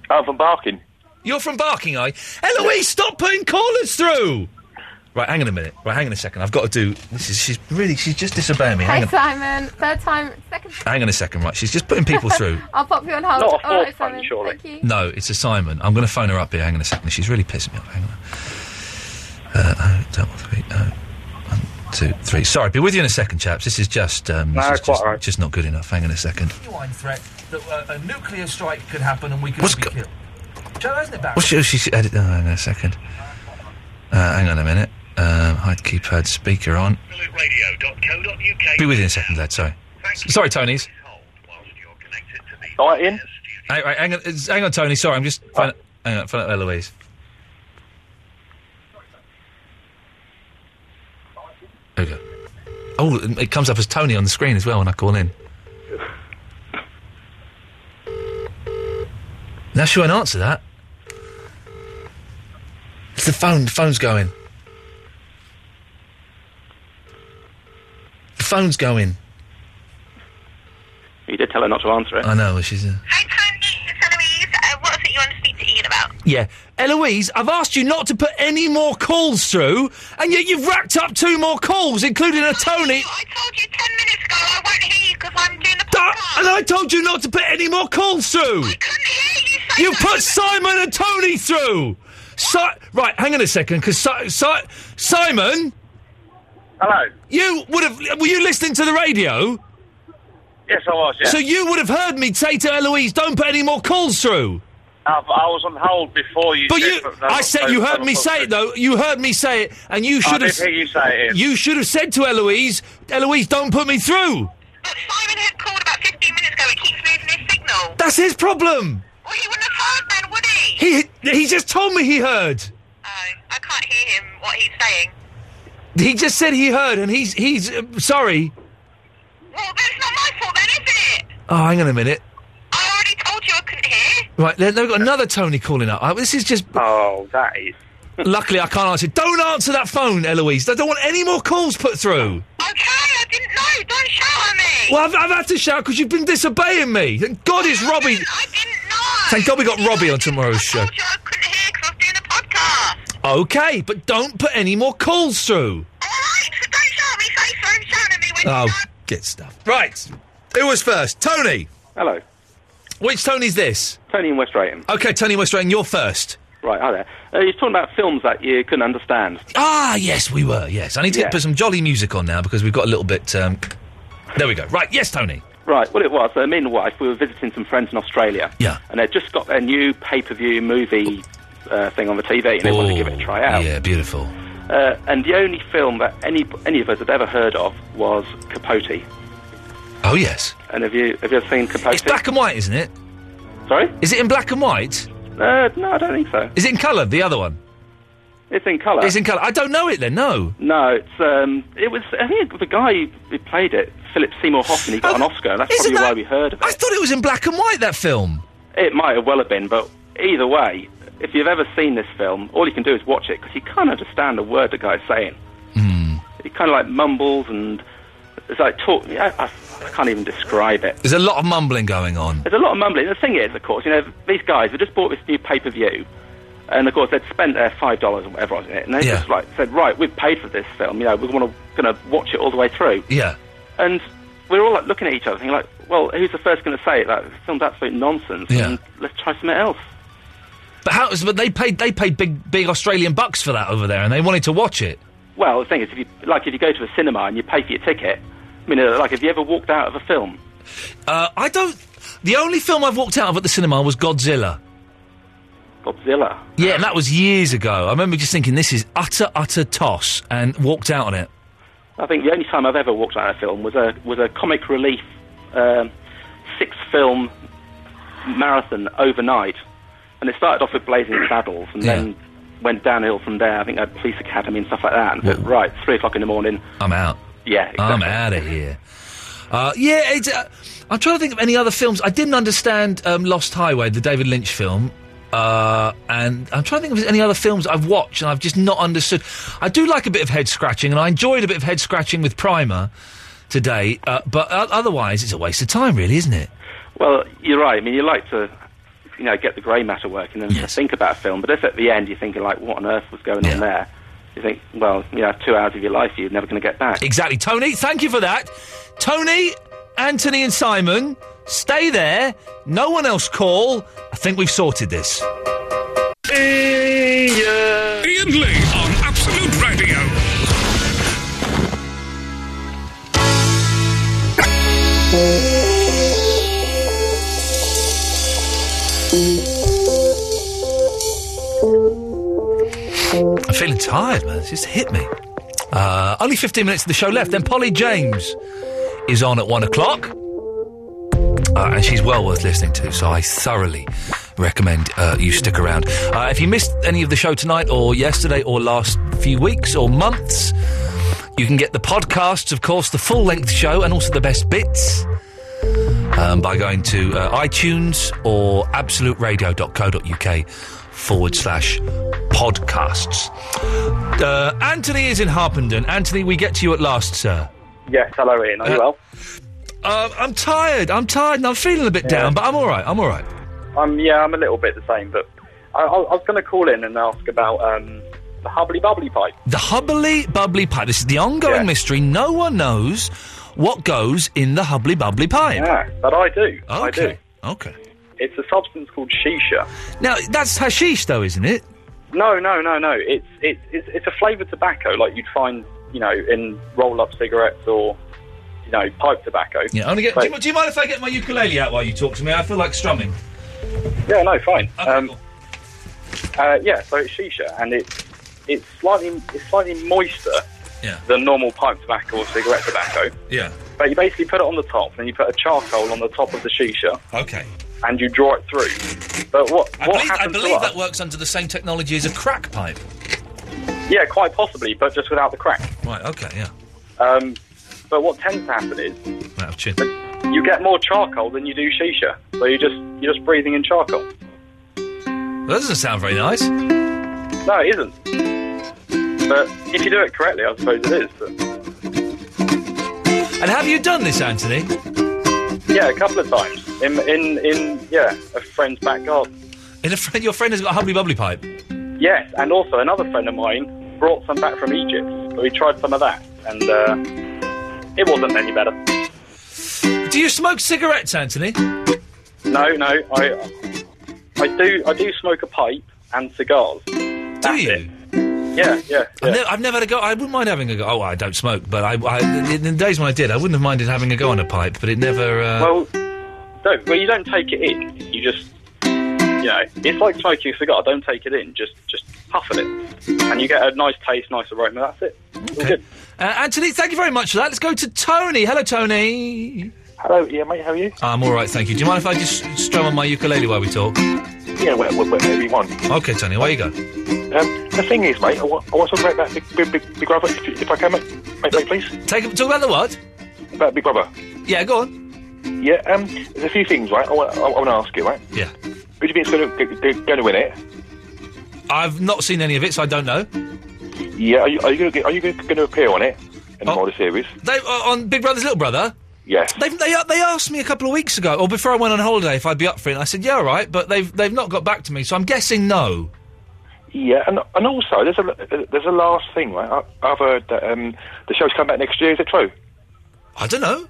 I'm from Barking.
You're from Barking, I. Eloise, stop putting callers through. Right, hang on a minute. Right, hang on a second. I've got to do. This is. She's really. She's just disobeying me. Hang
Hey,
on.
Simon. Third time, second.
Hang on a second. Right, she's just putting people through.
I'll pop you on hold.
Not a
All right,
fourth time,
Simon.
surely.
Oh, Thank you.
No, it's a Simon. I'm going to phone her up here. Hang on a second. She's really pissing me off. Hang on. Uh, oh, double three, oh, one, two, three. Sorry, be with you in a second, chaps. This is just um, this No, is quite just, just not good enough. Hang on a second.
threat that uh, a nuclear strike could happen and we could
What's
be
go-
killed. Joe, isn't it bad?
What's she? She she edit. Oh, hang on a second. Uh, hang on a minute. Um, I'd keep her speaker on. Be with you in a second, lad. Sorry. Sorry, Tony's.
All right, Ian.
Hang, right, hang on, it's- hang on, Tony. Sorry, I'm just. Find, Hang on, find out Eloise. There we go. Oh, and it comes up as Tony on the screen as well when I call in. Now she won't answer that. It's the phone. The phone's going. The phone's going.
You did tell her not to answer it.
I know. She's. Uh... Yeah. Eloise, I've asked you not to put any more calls through, and yet you've racked up two more calls, including a Tony. I told you ten minutes ago I won't hear you because I'm doing the podcast. and I told you not to put any more calls through. I couldn't hear you. You put Simon and Tony through. Si- right, hang on a second, because si- si- Simon.
Hello.
You would have. Were you listening to the radio?
Yes, I was. Yeah.
So you would have heard me say to Eloise, "Don't put any more calls through."
I, I was on hold before you.
But
said
you,
that- that
I
was
said
so-
you
that
heard
was
me
so-
say it though. You heard me say it, and you should
I
have.
did hear you say it, Ian.
You should have said to Eloise, Eloise, don't put me through. But Simon had called about fifteen minutes ago. It keeps losing his signal. That's his problem. Well, he wouldn't have heard then, would he? He he just told me he heard. Oh, I can't hear him. What he's saying. He just said he heard, and he's he's uh, sorry. Well, that's not my fault then, is it? Oh, hang on a minute. Right, there- they've got another Tony calling up. Uh, This is just.
Oh, that is.
Luckily, I can't answer. Don't answer that phone, Eloise. I don't want any more calls put through. Okay, I didn't know. Don't shout at me. Well, I've, I've had to shout because you've been disobeying me. Thank God it's Robbie. I didn't know. Thank God we got Robbie on tomorrow's show. Okay, but don't put any more calls through. Oh, get stuff. Right. Who was first? Tony.
Hello.
Which Tony's this?
Tony in West Drayton.
Okay, Tony Westrain, you're first.
Right, hi there. Uh, you're talking about films that you couldn't understand.
Ah, yes, we were. Yes, I need to
Yeah.
put some jolly music on now because we've got a little bit. Um, there we go. Right. Yes, Tony.
Right, well, it was. Uh, me and the wife, we were visiting some friends in Australia.
Yeah.
And they'd just got their new pay per view movie uh, thing on the TV and they wanted to give it a try out.
Yeah, beautiful.
Uh, and the only film that any any of us had ever heard of was Capote.
Oh yes.
And have you have you ever seen Capote?
Black and white, isn't it?
Sorry?
Is it in black and white?
Uh, no, I don't think so.
Is it in colour, the other one?
It's in colour.
It's in colour. I don't know it then, no.
No, it's um, it was. I think the guy who played it, Philip Seymour Hoffman, he got an Oscar. and That's
Isn't
probably why
that-
we heard of it.
I thought it was in black and white, that film.
It might have well have been, but either way, if you've ever seen this film, all you can do is watch it because you can't understand a word the guy's saying.
Hmm.
He kind of like mumbles and it's like talk. I, I, I can't even describe it.
There's a lot of mumbling going on.
There's a lot of mumbling. The thing is, of course, you know these guys. They just bought this new pay per view, and of course they'd spent their five dollars or whatever on it, and they
Yeah.
just like said, right, we've paid for this film. You know, we want to going to watch it all the way through.
Yeah.
And we were all like looking at each other, thinking like, well, who's the first going to say it? That film's absolute nonsense.
Yeah.
And let's try something else.
But how? But they paid they paid big big Australian bucks for that over there, and they wanted to watch it.
Well, the thing is, if you like, if you go to a cinema and you pay for your ticket, I mean, uh, like, have you ever walked out of a film?
Uh, I don't. The only film I've walked out of at the cinema was Godzilla.
Godzilla.
Yeah, and that was years ago. I remember just thinking this is utter utter toss, and walked out on it.
I think the only time I've ever walked out of a film was a was a comic relief um, six film marathon overnight, and it started off with Blazing Saddles, and then went downhill from there. I think I had Police Academy and stuff like that. And said, right, three o'clock in the morning.
I'm out.
Yeah,
I'm out of here. Uh, yeah, it's, uh, I'm trying to think of any other films. I didn't understand um, Lost Highway, the David Lynch film. Uh, and I'm trying to think of any other films I've watched and I've just not understood. I do like a bit of head scratching, and I enjoyed a bit of head scratching with Primer today. Uh, but o- otherwise, it's a waste of time, really, isn't it?
Well, you're right. I mean, you like to, you know, get the grey matter working and think about a film, but if at the end you're thinking like, what on earth was going on there? You think, well, you know, two hours of your life you're never going to get back.
Exactly. Tony, thank you for that. Tony, Anthony, and Simon, stay there. No one else call. I think we've sorted this.
Ian Lee on Absolute Radio.
I'm feeling tired, man. It's just hit me. Uh, only 15 minutes of the show left. Then Polly James is on at one o'clock. Uh, and she's well worth listening to, so I thoroughly recommend uh, you stick around. Uh, if you missed any of the show tonight, or yesterday, or last few weeks, or months, you can get the podcasts, of course, the full length show, and also the best bits um, by going to uh, iTunes or absoluteradio.co.uk forward slash podcasts. Uh, Anthony is in Harpenden. Anthony, we get to you at last, sir.
Yes, hello, Ian. Are you
Uh,
well?
Uh, I'm tired. I'm tired, and I'm feeling a bit down, but I'm all right. I'm all right.
I'm yeah, I'm a little bit the same, but I, I, I was going to call in and ask about um, the hubbly bubbly pipe.
The hubbly bubbly pipe. This is the ongoing mystery. No one knows what goes in the hubbly bubbly pipe.
Yeah, but I do. I do.
Okay. Okay.
It's a substance called shisha.
Now that's hashish, though, isn't it?
No, no, no, no. It's it's it's, it's a flavored tobacco like you'd find you know in roll up cigarettes or you know pipe tobacco.
Yeah. Only get.
So-
Do, you, do you mind if I get my ukulele out while you talk to me? I feel like strumming.
Yeah, no, fine. um, uh, yeah, so it's shisha, and it's it's slightly it's slightly moister
Yeah.
than normal pipe tobacco or cigarette tobacco.
Yeah.
But you basically put it on the top, and you put a charcoal on the top of the shisha,
Okay.
and you draw it through. But what
I
what
believe, I
happens
believe
to
that works under the same technology as a crack pipe.
us? Yeah, quite possibly, but just without the crack.
Right. Okay. Yeah.
Um, but what tends to happen is
Right, I've chin.
you get more charcoal than you do shisha, so you just you're just breathing in charcoal.
That doesn't sound very nice.
No, it isn't. But if you do it correctly, I suppose it is. But
And have you done this, Anthony?
yeah, a couple of times in in in yeah a friend's back garden.
In a friend, your friend has got a hubbly bubbly pipe.
Yes, and also another friend of mine brought some back from Egypt. So we tried some of that, and uh, it wasn't any better.
Do you smoke cigarettes, Anthony?
No, no, I I do I do smoke a pipe and cigars.
Do you?
Yeah, yeah.
I've, ne- I've never had a go. I wouldn't mind having a go. Oh, I don't smoke, but I, I, in the days when I did, I wouldn't have minded having a go on a pipe, but it never. Uh,
Well, no, well you don't take it in. You just you know it's like smoking a cigar. Don't take it in. Just just puff at it, and you get a nice taste, nice aroma. That's it.
okay. Uh, Anthony, thank you very much for that. Let's go to Tony. Hello, Tony.
Hello, yeah, mate, how are you?
I'm all right, thank you. Do you mind if I just strum on my ukulele while we talk?
Yeah, wh- wh- wherever you want.
Okay, Tony, away you go.
Um, the thing is, mate, I want, I want to talk about that big, big, big, big brother, if, you- if I can, mate, mate, mate, please.
Take talk about the what?
About Big Brother.
Yeah, go on.
Yeah, um, there's a few things, right? I want, I want to ask you, right?
Yeah.
Who do you think's going to win it?
I've not seen any of it, so I don't know.
Yeah, are you, are you going to appear on it in the Mulder series?
Oh. They uh, on Big Brother's Little Brother.
Yes.
They they uh, they asked me a couple of weeks ago, or before I went on holiday, if I'd be up for it. And I said, yeah, all right, but they've they've not got back to me, so I'm guessing no.
Yeah, and and also there's a there's a last thing, right? I, I've heard that um, the show's come back next year. Is it true?
I don't know.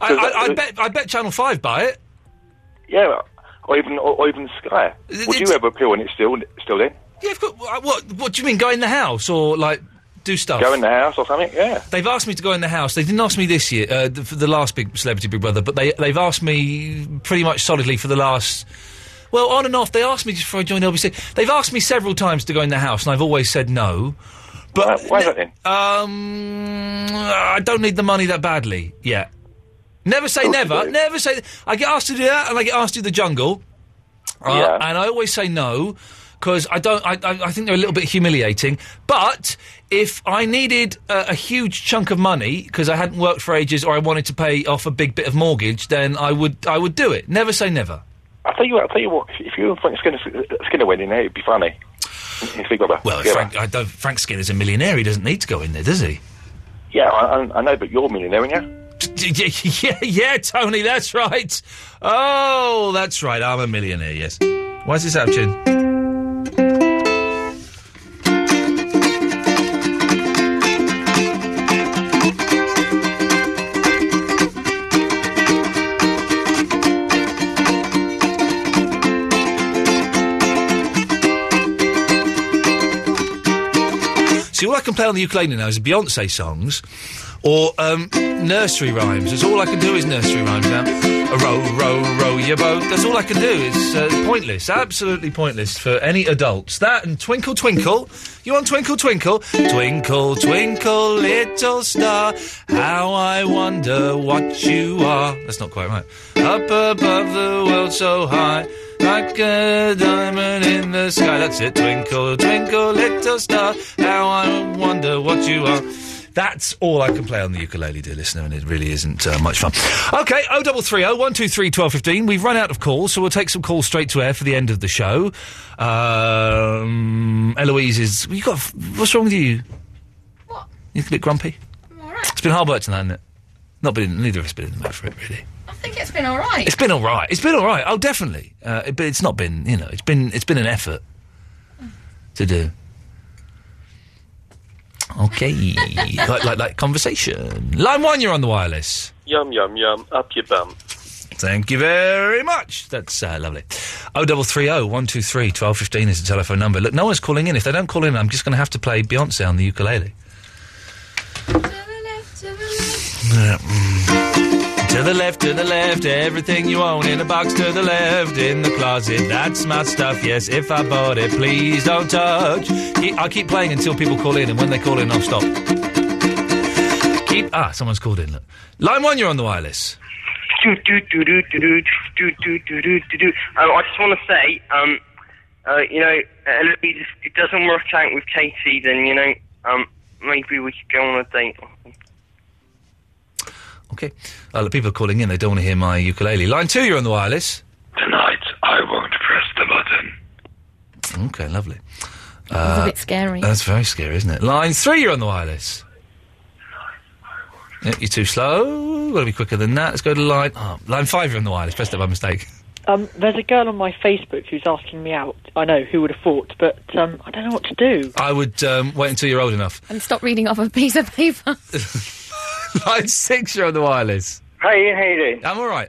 I, I, I bet I bet Channel Five buy it.
Yeah, or even or, or even Sky. Would you ever appeal on it still? Still then?
Yeah, of course. What, what what do you mean? Go in the house or like do stuff?
Go in the house or something? Yeah.
They've asked me to go in the house. They didn't ask me this year uh, th- for the last big celebrity Big Brother, but they they've asked me pretty much solidly for the last. Well, on and off, they asked me just before I joined LBC. They've asked me several times to go in the house, and I've always said no. But
why not then?
Um, I don't need the money that badly yet. Never say never. Never say. I get asked to do that, and I get asked to do the jungle. Uh,
Yeah.
And I always say no because I don't. I, I, I think they're a little bit humiliating. But if I needed a, a huge chunk of money because I hadn't worked for ages, or I wanted to pay off a big bit of mortgage, then I would. I would do it. Never say never.
I tell you what. I tell you what. If if you think Skinner Skinner went in there, it'd be funny. It's Big Brother.
Well,
yeah,
Frank, I don't, Frank Skinner's a millionaire. He doesn't need to go in there, does he?
yeah I, I- I know, but you're a millionaire, aren't you?
yeah, yeah, Tony, that's right. Oh, that's right. I'm a millionaire, yes. Why's this out, Chin? See, all I can play on the ukulele now is Beyonce songs or um, nursery rhymes. That's all I can do is nursery rhymes now. A row, row, row your boat. That's all I can do. It's uh, pointless, absolutely pointless for any adults. That and Twinkle Twinkle. You want Twinkle Twinkle? Twinkle, twinkle, little star. How I wonder what you are. That's not quite right. Up above the world so high. Like a diamond in the sky. That's it. Twinkle, twinkle, little star. How I wonder what you are. That's all I can play on the ukulele, dear listener, and it really isn't uh, much fun. Okay, 0330 123 1215. We've run out of calls, so we'll take some calls straight to air for the end of the show. Um, Eloise is. You got. What's wrong with you? What? You're a bit grumpy. It's been hard work tonight, isn't it? Not been. Neither of us been in the mood for it, really.
I think it's been all right.
It's been all right. It's been all right. Oh, definitely. Uh, it- but it's not been. You know, it's been. It's been an effort to do. Okay, like, like like conversation. Line one, you're on the wireless.
Yum, yum, yum. Up your bum.
Thank you very much. That's uh, lovely. Oh, double three oh one two three twelve fifteen is the telephone number. Look, no one's calling in. If they don't call in, I'm just going to have to play Beyonce on the ukulele. To the left, to the left, everything you own in a box to the left, in the closet. That's my stuff. Yes, if I bought it, please don't touch. Keep, I'll keep playing until people call in, and when they call in, I'll stop. Keep ah, someone's called in. Look, line one, you're on the wireless.
do, do, do, do, do, do, do, do, do, do, do, do. Um, I just want to say, um, uh, you know, Eloise, if it doesn't work out with Katie, then, you know, um, maybe we could go on a date.
Okay, uh, look, people are calling in. They don't want to hear my ukulele. Line two, you're on the wireless.
Tonight, I won't press the button.
Okay, lovely. Uh,
That's a
bit scary.
That's very scary, isn't it? Line three, you're on the wireless. Yep, you're too slow. Got to be quicker than that. Let's go to line. Oh, line five, you're on the wireless. Pressed it by mistake.
Um, there's a girl on my Facebook who's asking me out. I know who would have thought, but um, I don't know what to do.
I would um, wait until you're old enough.
And stop reading off a piece of paper.
line six, you're on the wireless.
Hey, Ian, how you doing?
I'm all right.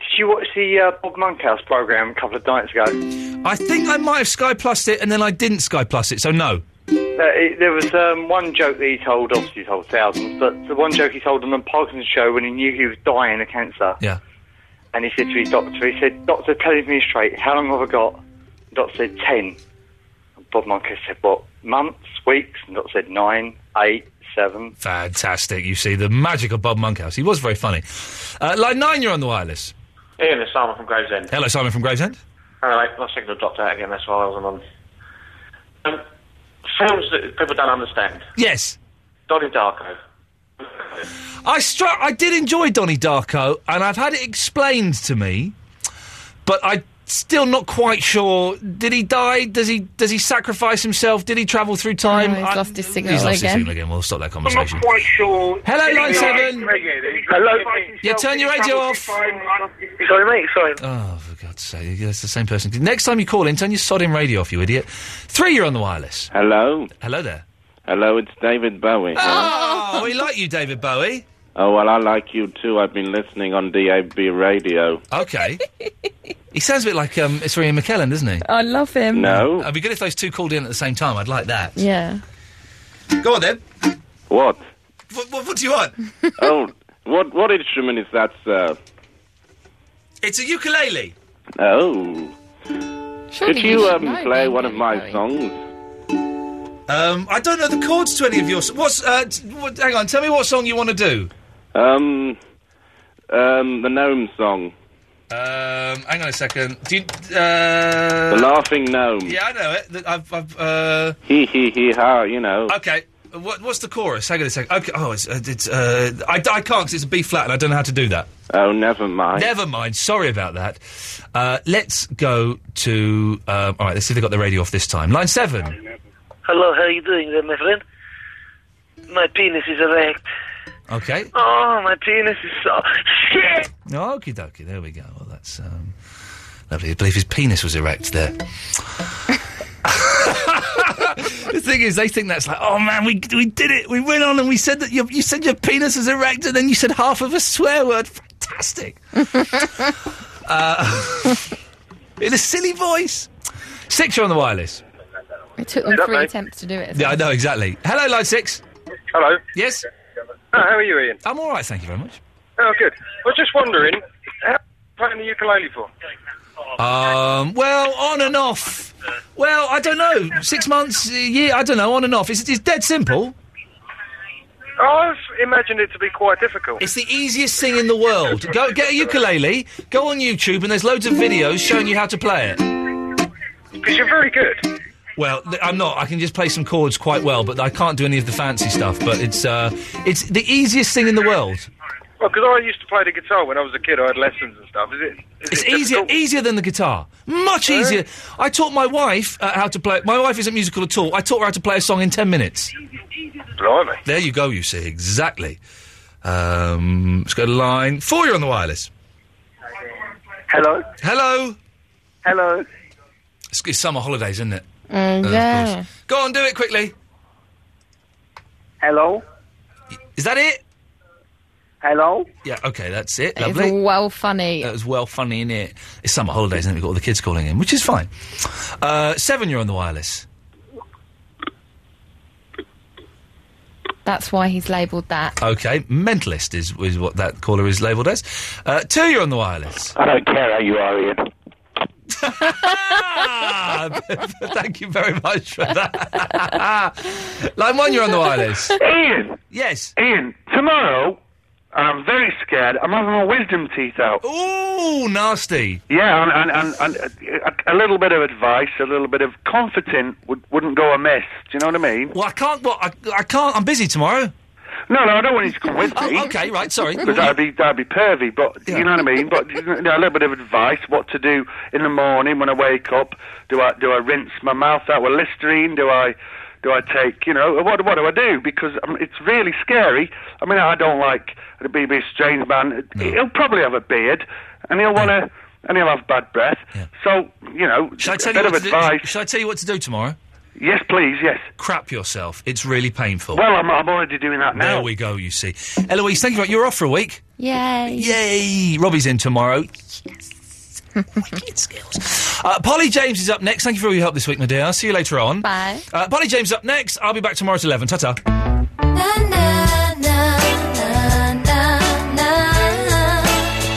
Did you watch the uh, Bob Monkhouse program a couple of nights ago?
I think I might have Sky Plus it, and then I didn't Sky Plus it, so no.
Uh, it, there was um, one joke that he told, obviously he told thousands, but the one joke he told on the Parkinson's show when he knew he was dying of cancer.
Yeah.
And he said to his doctor, he said, Doctor, tell me straight, how long have I got? The doctor said, ten.
Bob Monkey said, what, months, weeks? And Dot said nine, eight, seven.
Fantastic. You see the magic of Bob Monkhouse. He was very funny. Uh, line nine, you're on the wireless.
Ian, it's Simon from Gravesend.
Hello, Simon from Gravesend.
Hello, mate. My signal dropped out again. That's why I wasn't on. Um, films that people don't understand.
Yes.
Donnie Darko.
I struck. I did enjoy Donnie Darko, and I've had it explained to me, but I still not quite sure. Did he die? Does he? Does he sacrifice himself? Did he travel through time?
Oh, he's
I-
lost his signal
he's lost his
again.
signal again. We'll stop that conversation.
quite sure.
Hello, line seven.
Hello.
Yeah, turn your radio off.
Sorry, mate. Sorry.
Oh, for God's sake! That's the same person. Next time you call in, turn your sodding radio off, you idiot. Three, you're on the wireless.
Hello.
Hello there.
Hello, it's David Bowie.
Oh, we like you, David Bowie.
Oh, well, I like you too. I've been listening on DAB radio.
Okay. he sounds a bit like um, it's Ian McKellen, doesn't he?
I love him.
It'd be good if those two called in at the same time. I'd like that.
Yeah.
Go on then.
What?
What, what, what do you want?
oh, what what instrument is that, sir?
It's a ukulele.
Oh.
Surely
Could
you
you
should
um,
know,
play
David
one of my songs?
Um, I don't know the chords to any of your. s- What's? Uh, t- what, hang on. Tell me what song you want to do.
Um, um, the gnome song,
Um, hang on a second. Do you, uh,
the laughing gnome.
Yeah, I know it. Th- I've, I've, uh,
Hee hee hee ha. You know.
okay. What, what's the chorus? Hang on a second. Okay. Oh, it's. Uh, it's uh, I, I can't 'cause it's a B flat, and I don't know how to do that.
Oh, never mind.
Never mind. Sorry about that. Uh, let's go to. Um, all right. Let's see if they got the radio off this time. Line seven.
Hello, how are you doing there, my friend? My penis is erect.
Okay.
Oh, my penis is so... Shit!
No, okie dokie. There we go. Well, that's um, lovely. I believe his penis was erect there. the thing is, they think that's like, oh man, we we did it. We went on and we said that you, you said your penis was erect, and then you said half of a swear word. Fantastic. uh, in a silly voice. Six, you're on the wireless.
It took them
Yeah,
three
mate.
attempts to do it.
Yeah, I know exactly. Hello, line six.
Hello. Oh,
Yes.
how are you, Ian?
I'm all right, thank you very much.
Oh, good. I was just wondering, how are you playing the ukulele for?
Um, well, on and off. Well, I don't know. Six months, a year, I don't know, on and off. It's, it's dead simple.
I've imagined it to be quite difficult.
It's the easiest thing in the world. Go get a ukulele, go on YouTube, and there's loads of videos showing you how to play it.
Because you're very good.
Well, th- I'm not. I can just play some chords quite well, but I can't do any of the fancy stuff. But it's uh, it's the easiest thing in the world.
Well, because I used to play the guitar when I was a kid. I had lessons and stuff. Is it?
It's easier, easier than the guitar. Much easier. I taught my wife uh, how to play. My wife isn't musical at all. I taught her how to play a song in ten minutes.
Blimey.
There you go. You see exactly. Um, let's go to line four. You're on the wireless.
Hello.
Hello.
Hello.
It's, it's summer holidays, isn't it?
Mm,
Uh, of
yeah.
Go on, do it quickly.
Hello.
Is that it?
Hello.
Yeah. Okay, that's it.
It's
Lovely.
well funny.
That was well funny, in it? It's summer holidays, and we've got all the kids calling in, which is fine. Uh, seven, you're on the wireless.
That's why he's labelled that.
Okay, mentalist is, is what that caller is labelled as. Uh, two, you're on the wireless.
I don't care how you are, Ian.
Ah, Thank you very much for that. Line one, you're on the wireless.
Ian.
Yes.
Ian, tomorrow, I'm very scared. I'm having my wisdom teeth out.
Ooh, nasty.
Yeah, and, and, and, and a, a little bit of advice, a little bit of comforting would, wouldn't go amiss. Do you know what I mean?
Well, I can't. Well, I,
uh,
I can't. I'm busy tomorrow.
No, no, I don't want you to come with me.
Oh, okay, right, sorry.
Because that'd be that'd be pervy. But you know what I mean. But you know, a little bit of advice: what to do in the morning when I wake up? Do I do I rinse my mouth out with Listerine? Do I do I take you know what what do I do? Because um, it's really scary. I mean, I don't like the BB strange man. He'll probably have a beard, and he'll want to. And he'll have bad breath. So, you know,
Shall I
a
tell
bit
you
of
what to
advice.
do? Shall I tell you what to do tomorrow?
Yes, please. Yes.
Crap yourself. It's really painful.
Well, I'm, I'm already doing that now.
There we go. You see, Eloise, thank you. very- You're off for a week.
Yay.
Yay! Robbie's in tomorrow. Wicked skills. Uh, Polly James is up next. Thank you for all your help this week, my dear. I'll see you later on.
Bye.
Uh, Polly James up next. I'll be back tomorrow at 11. Ta ta.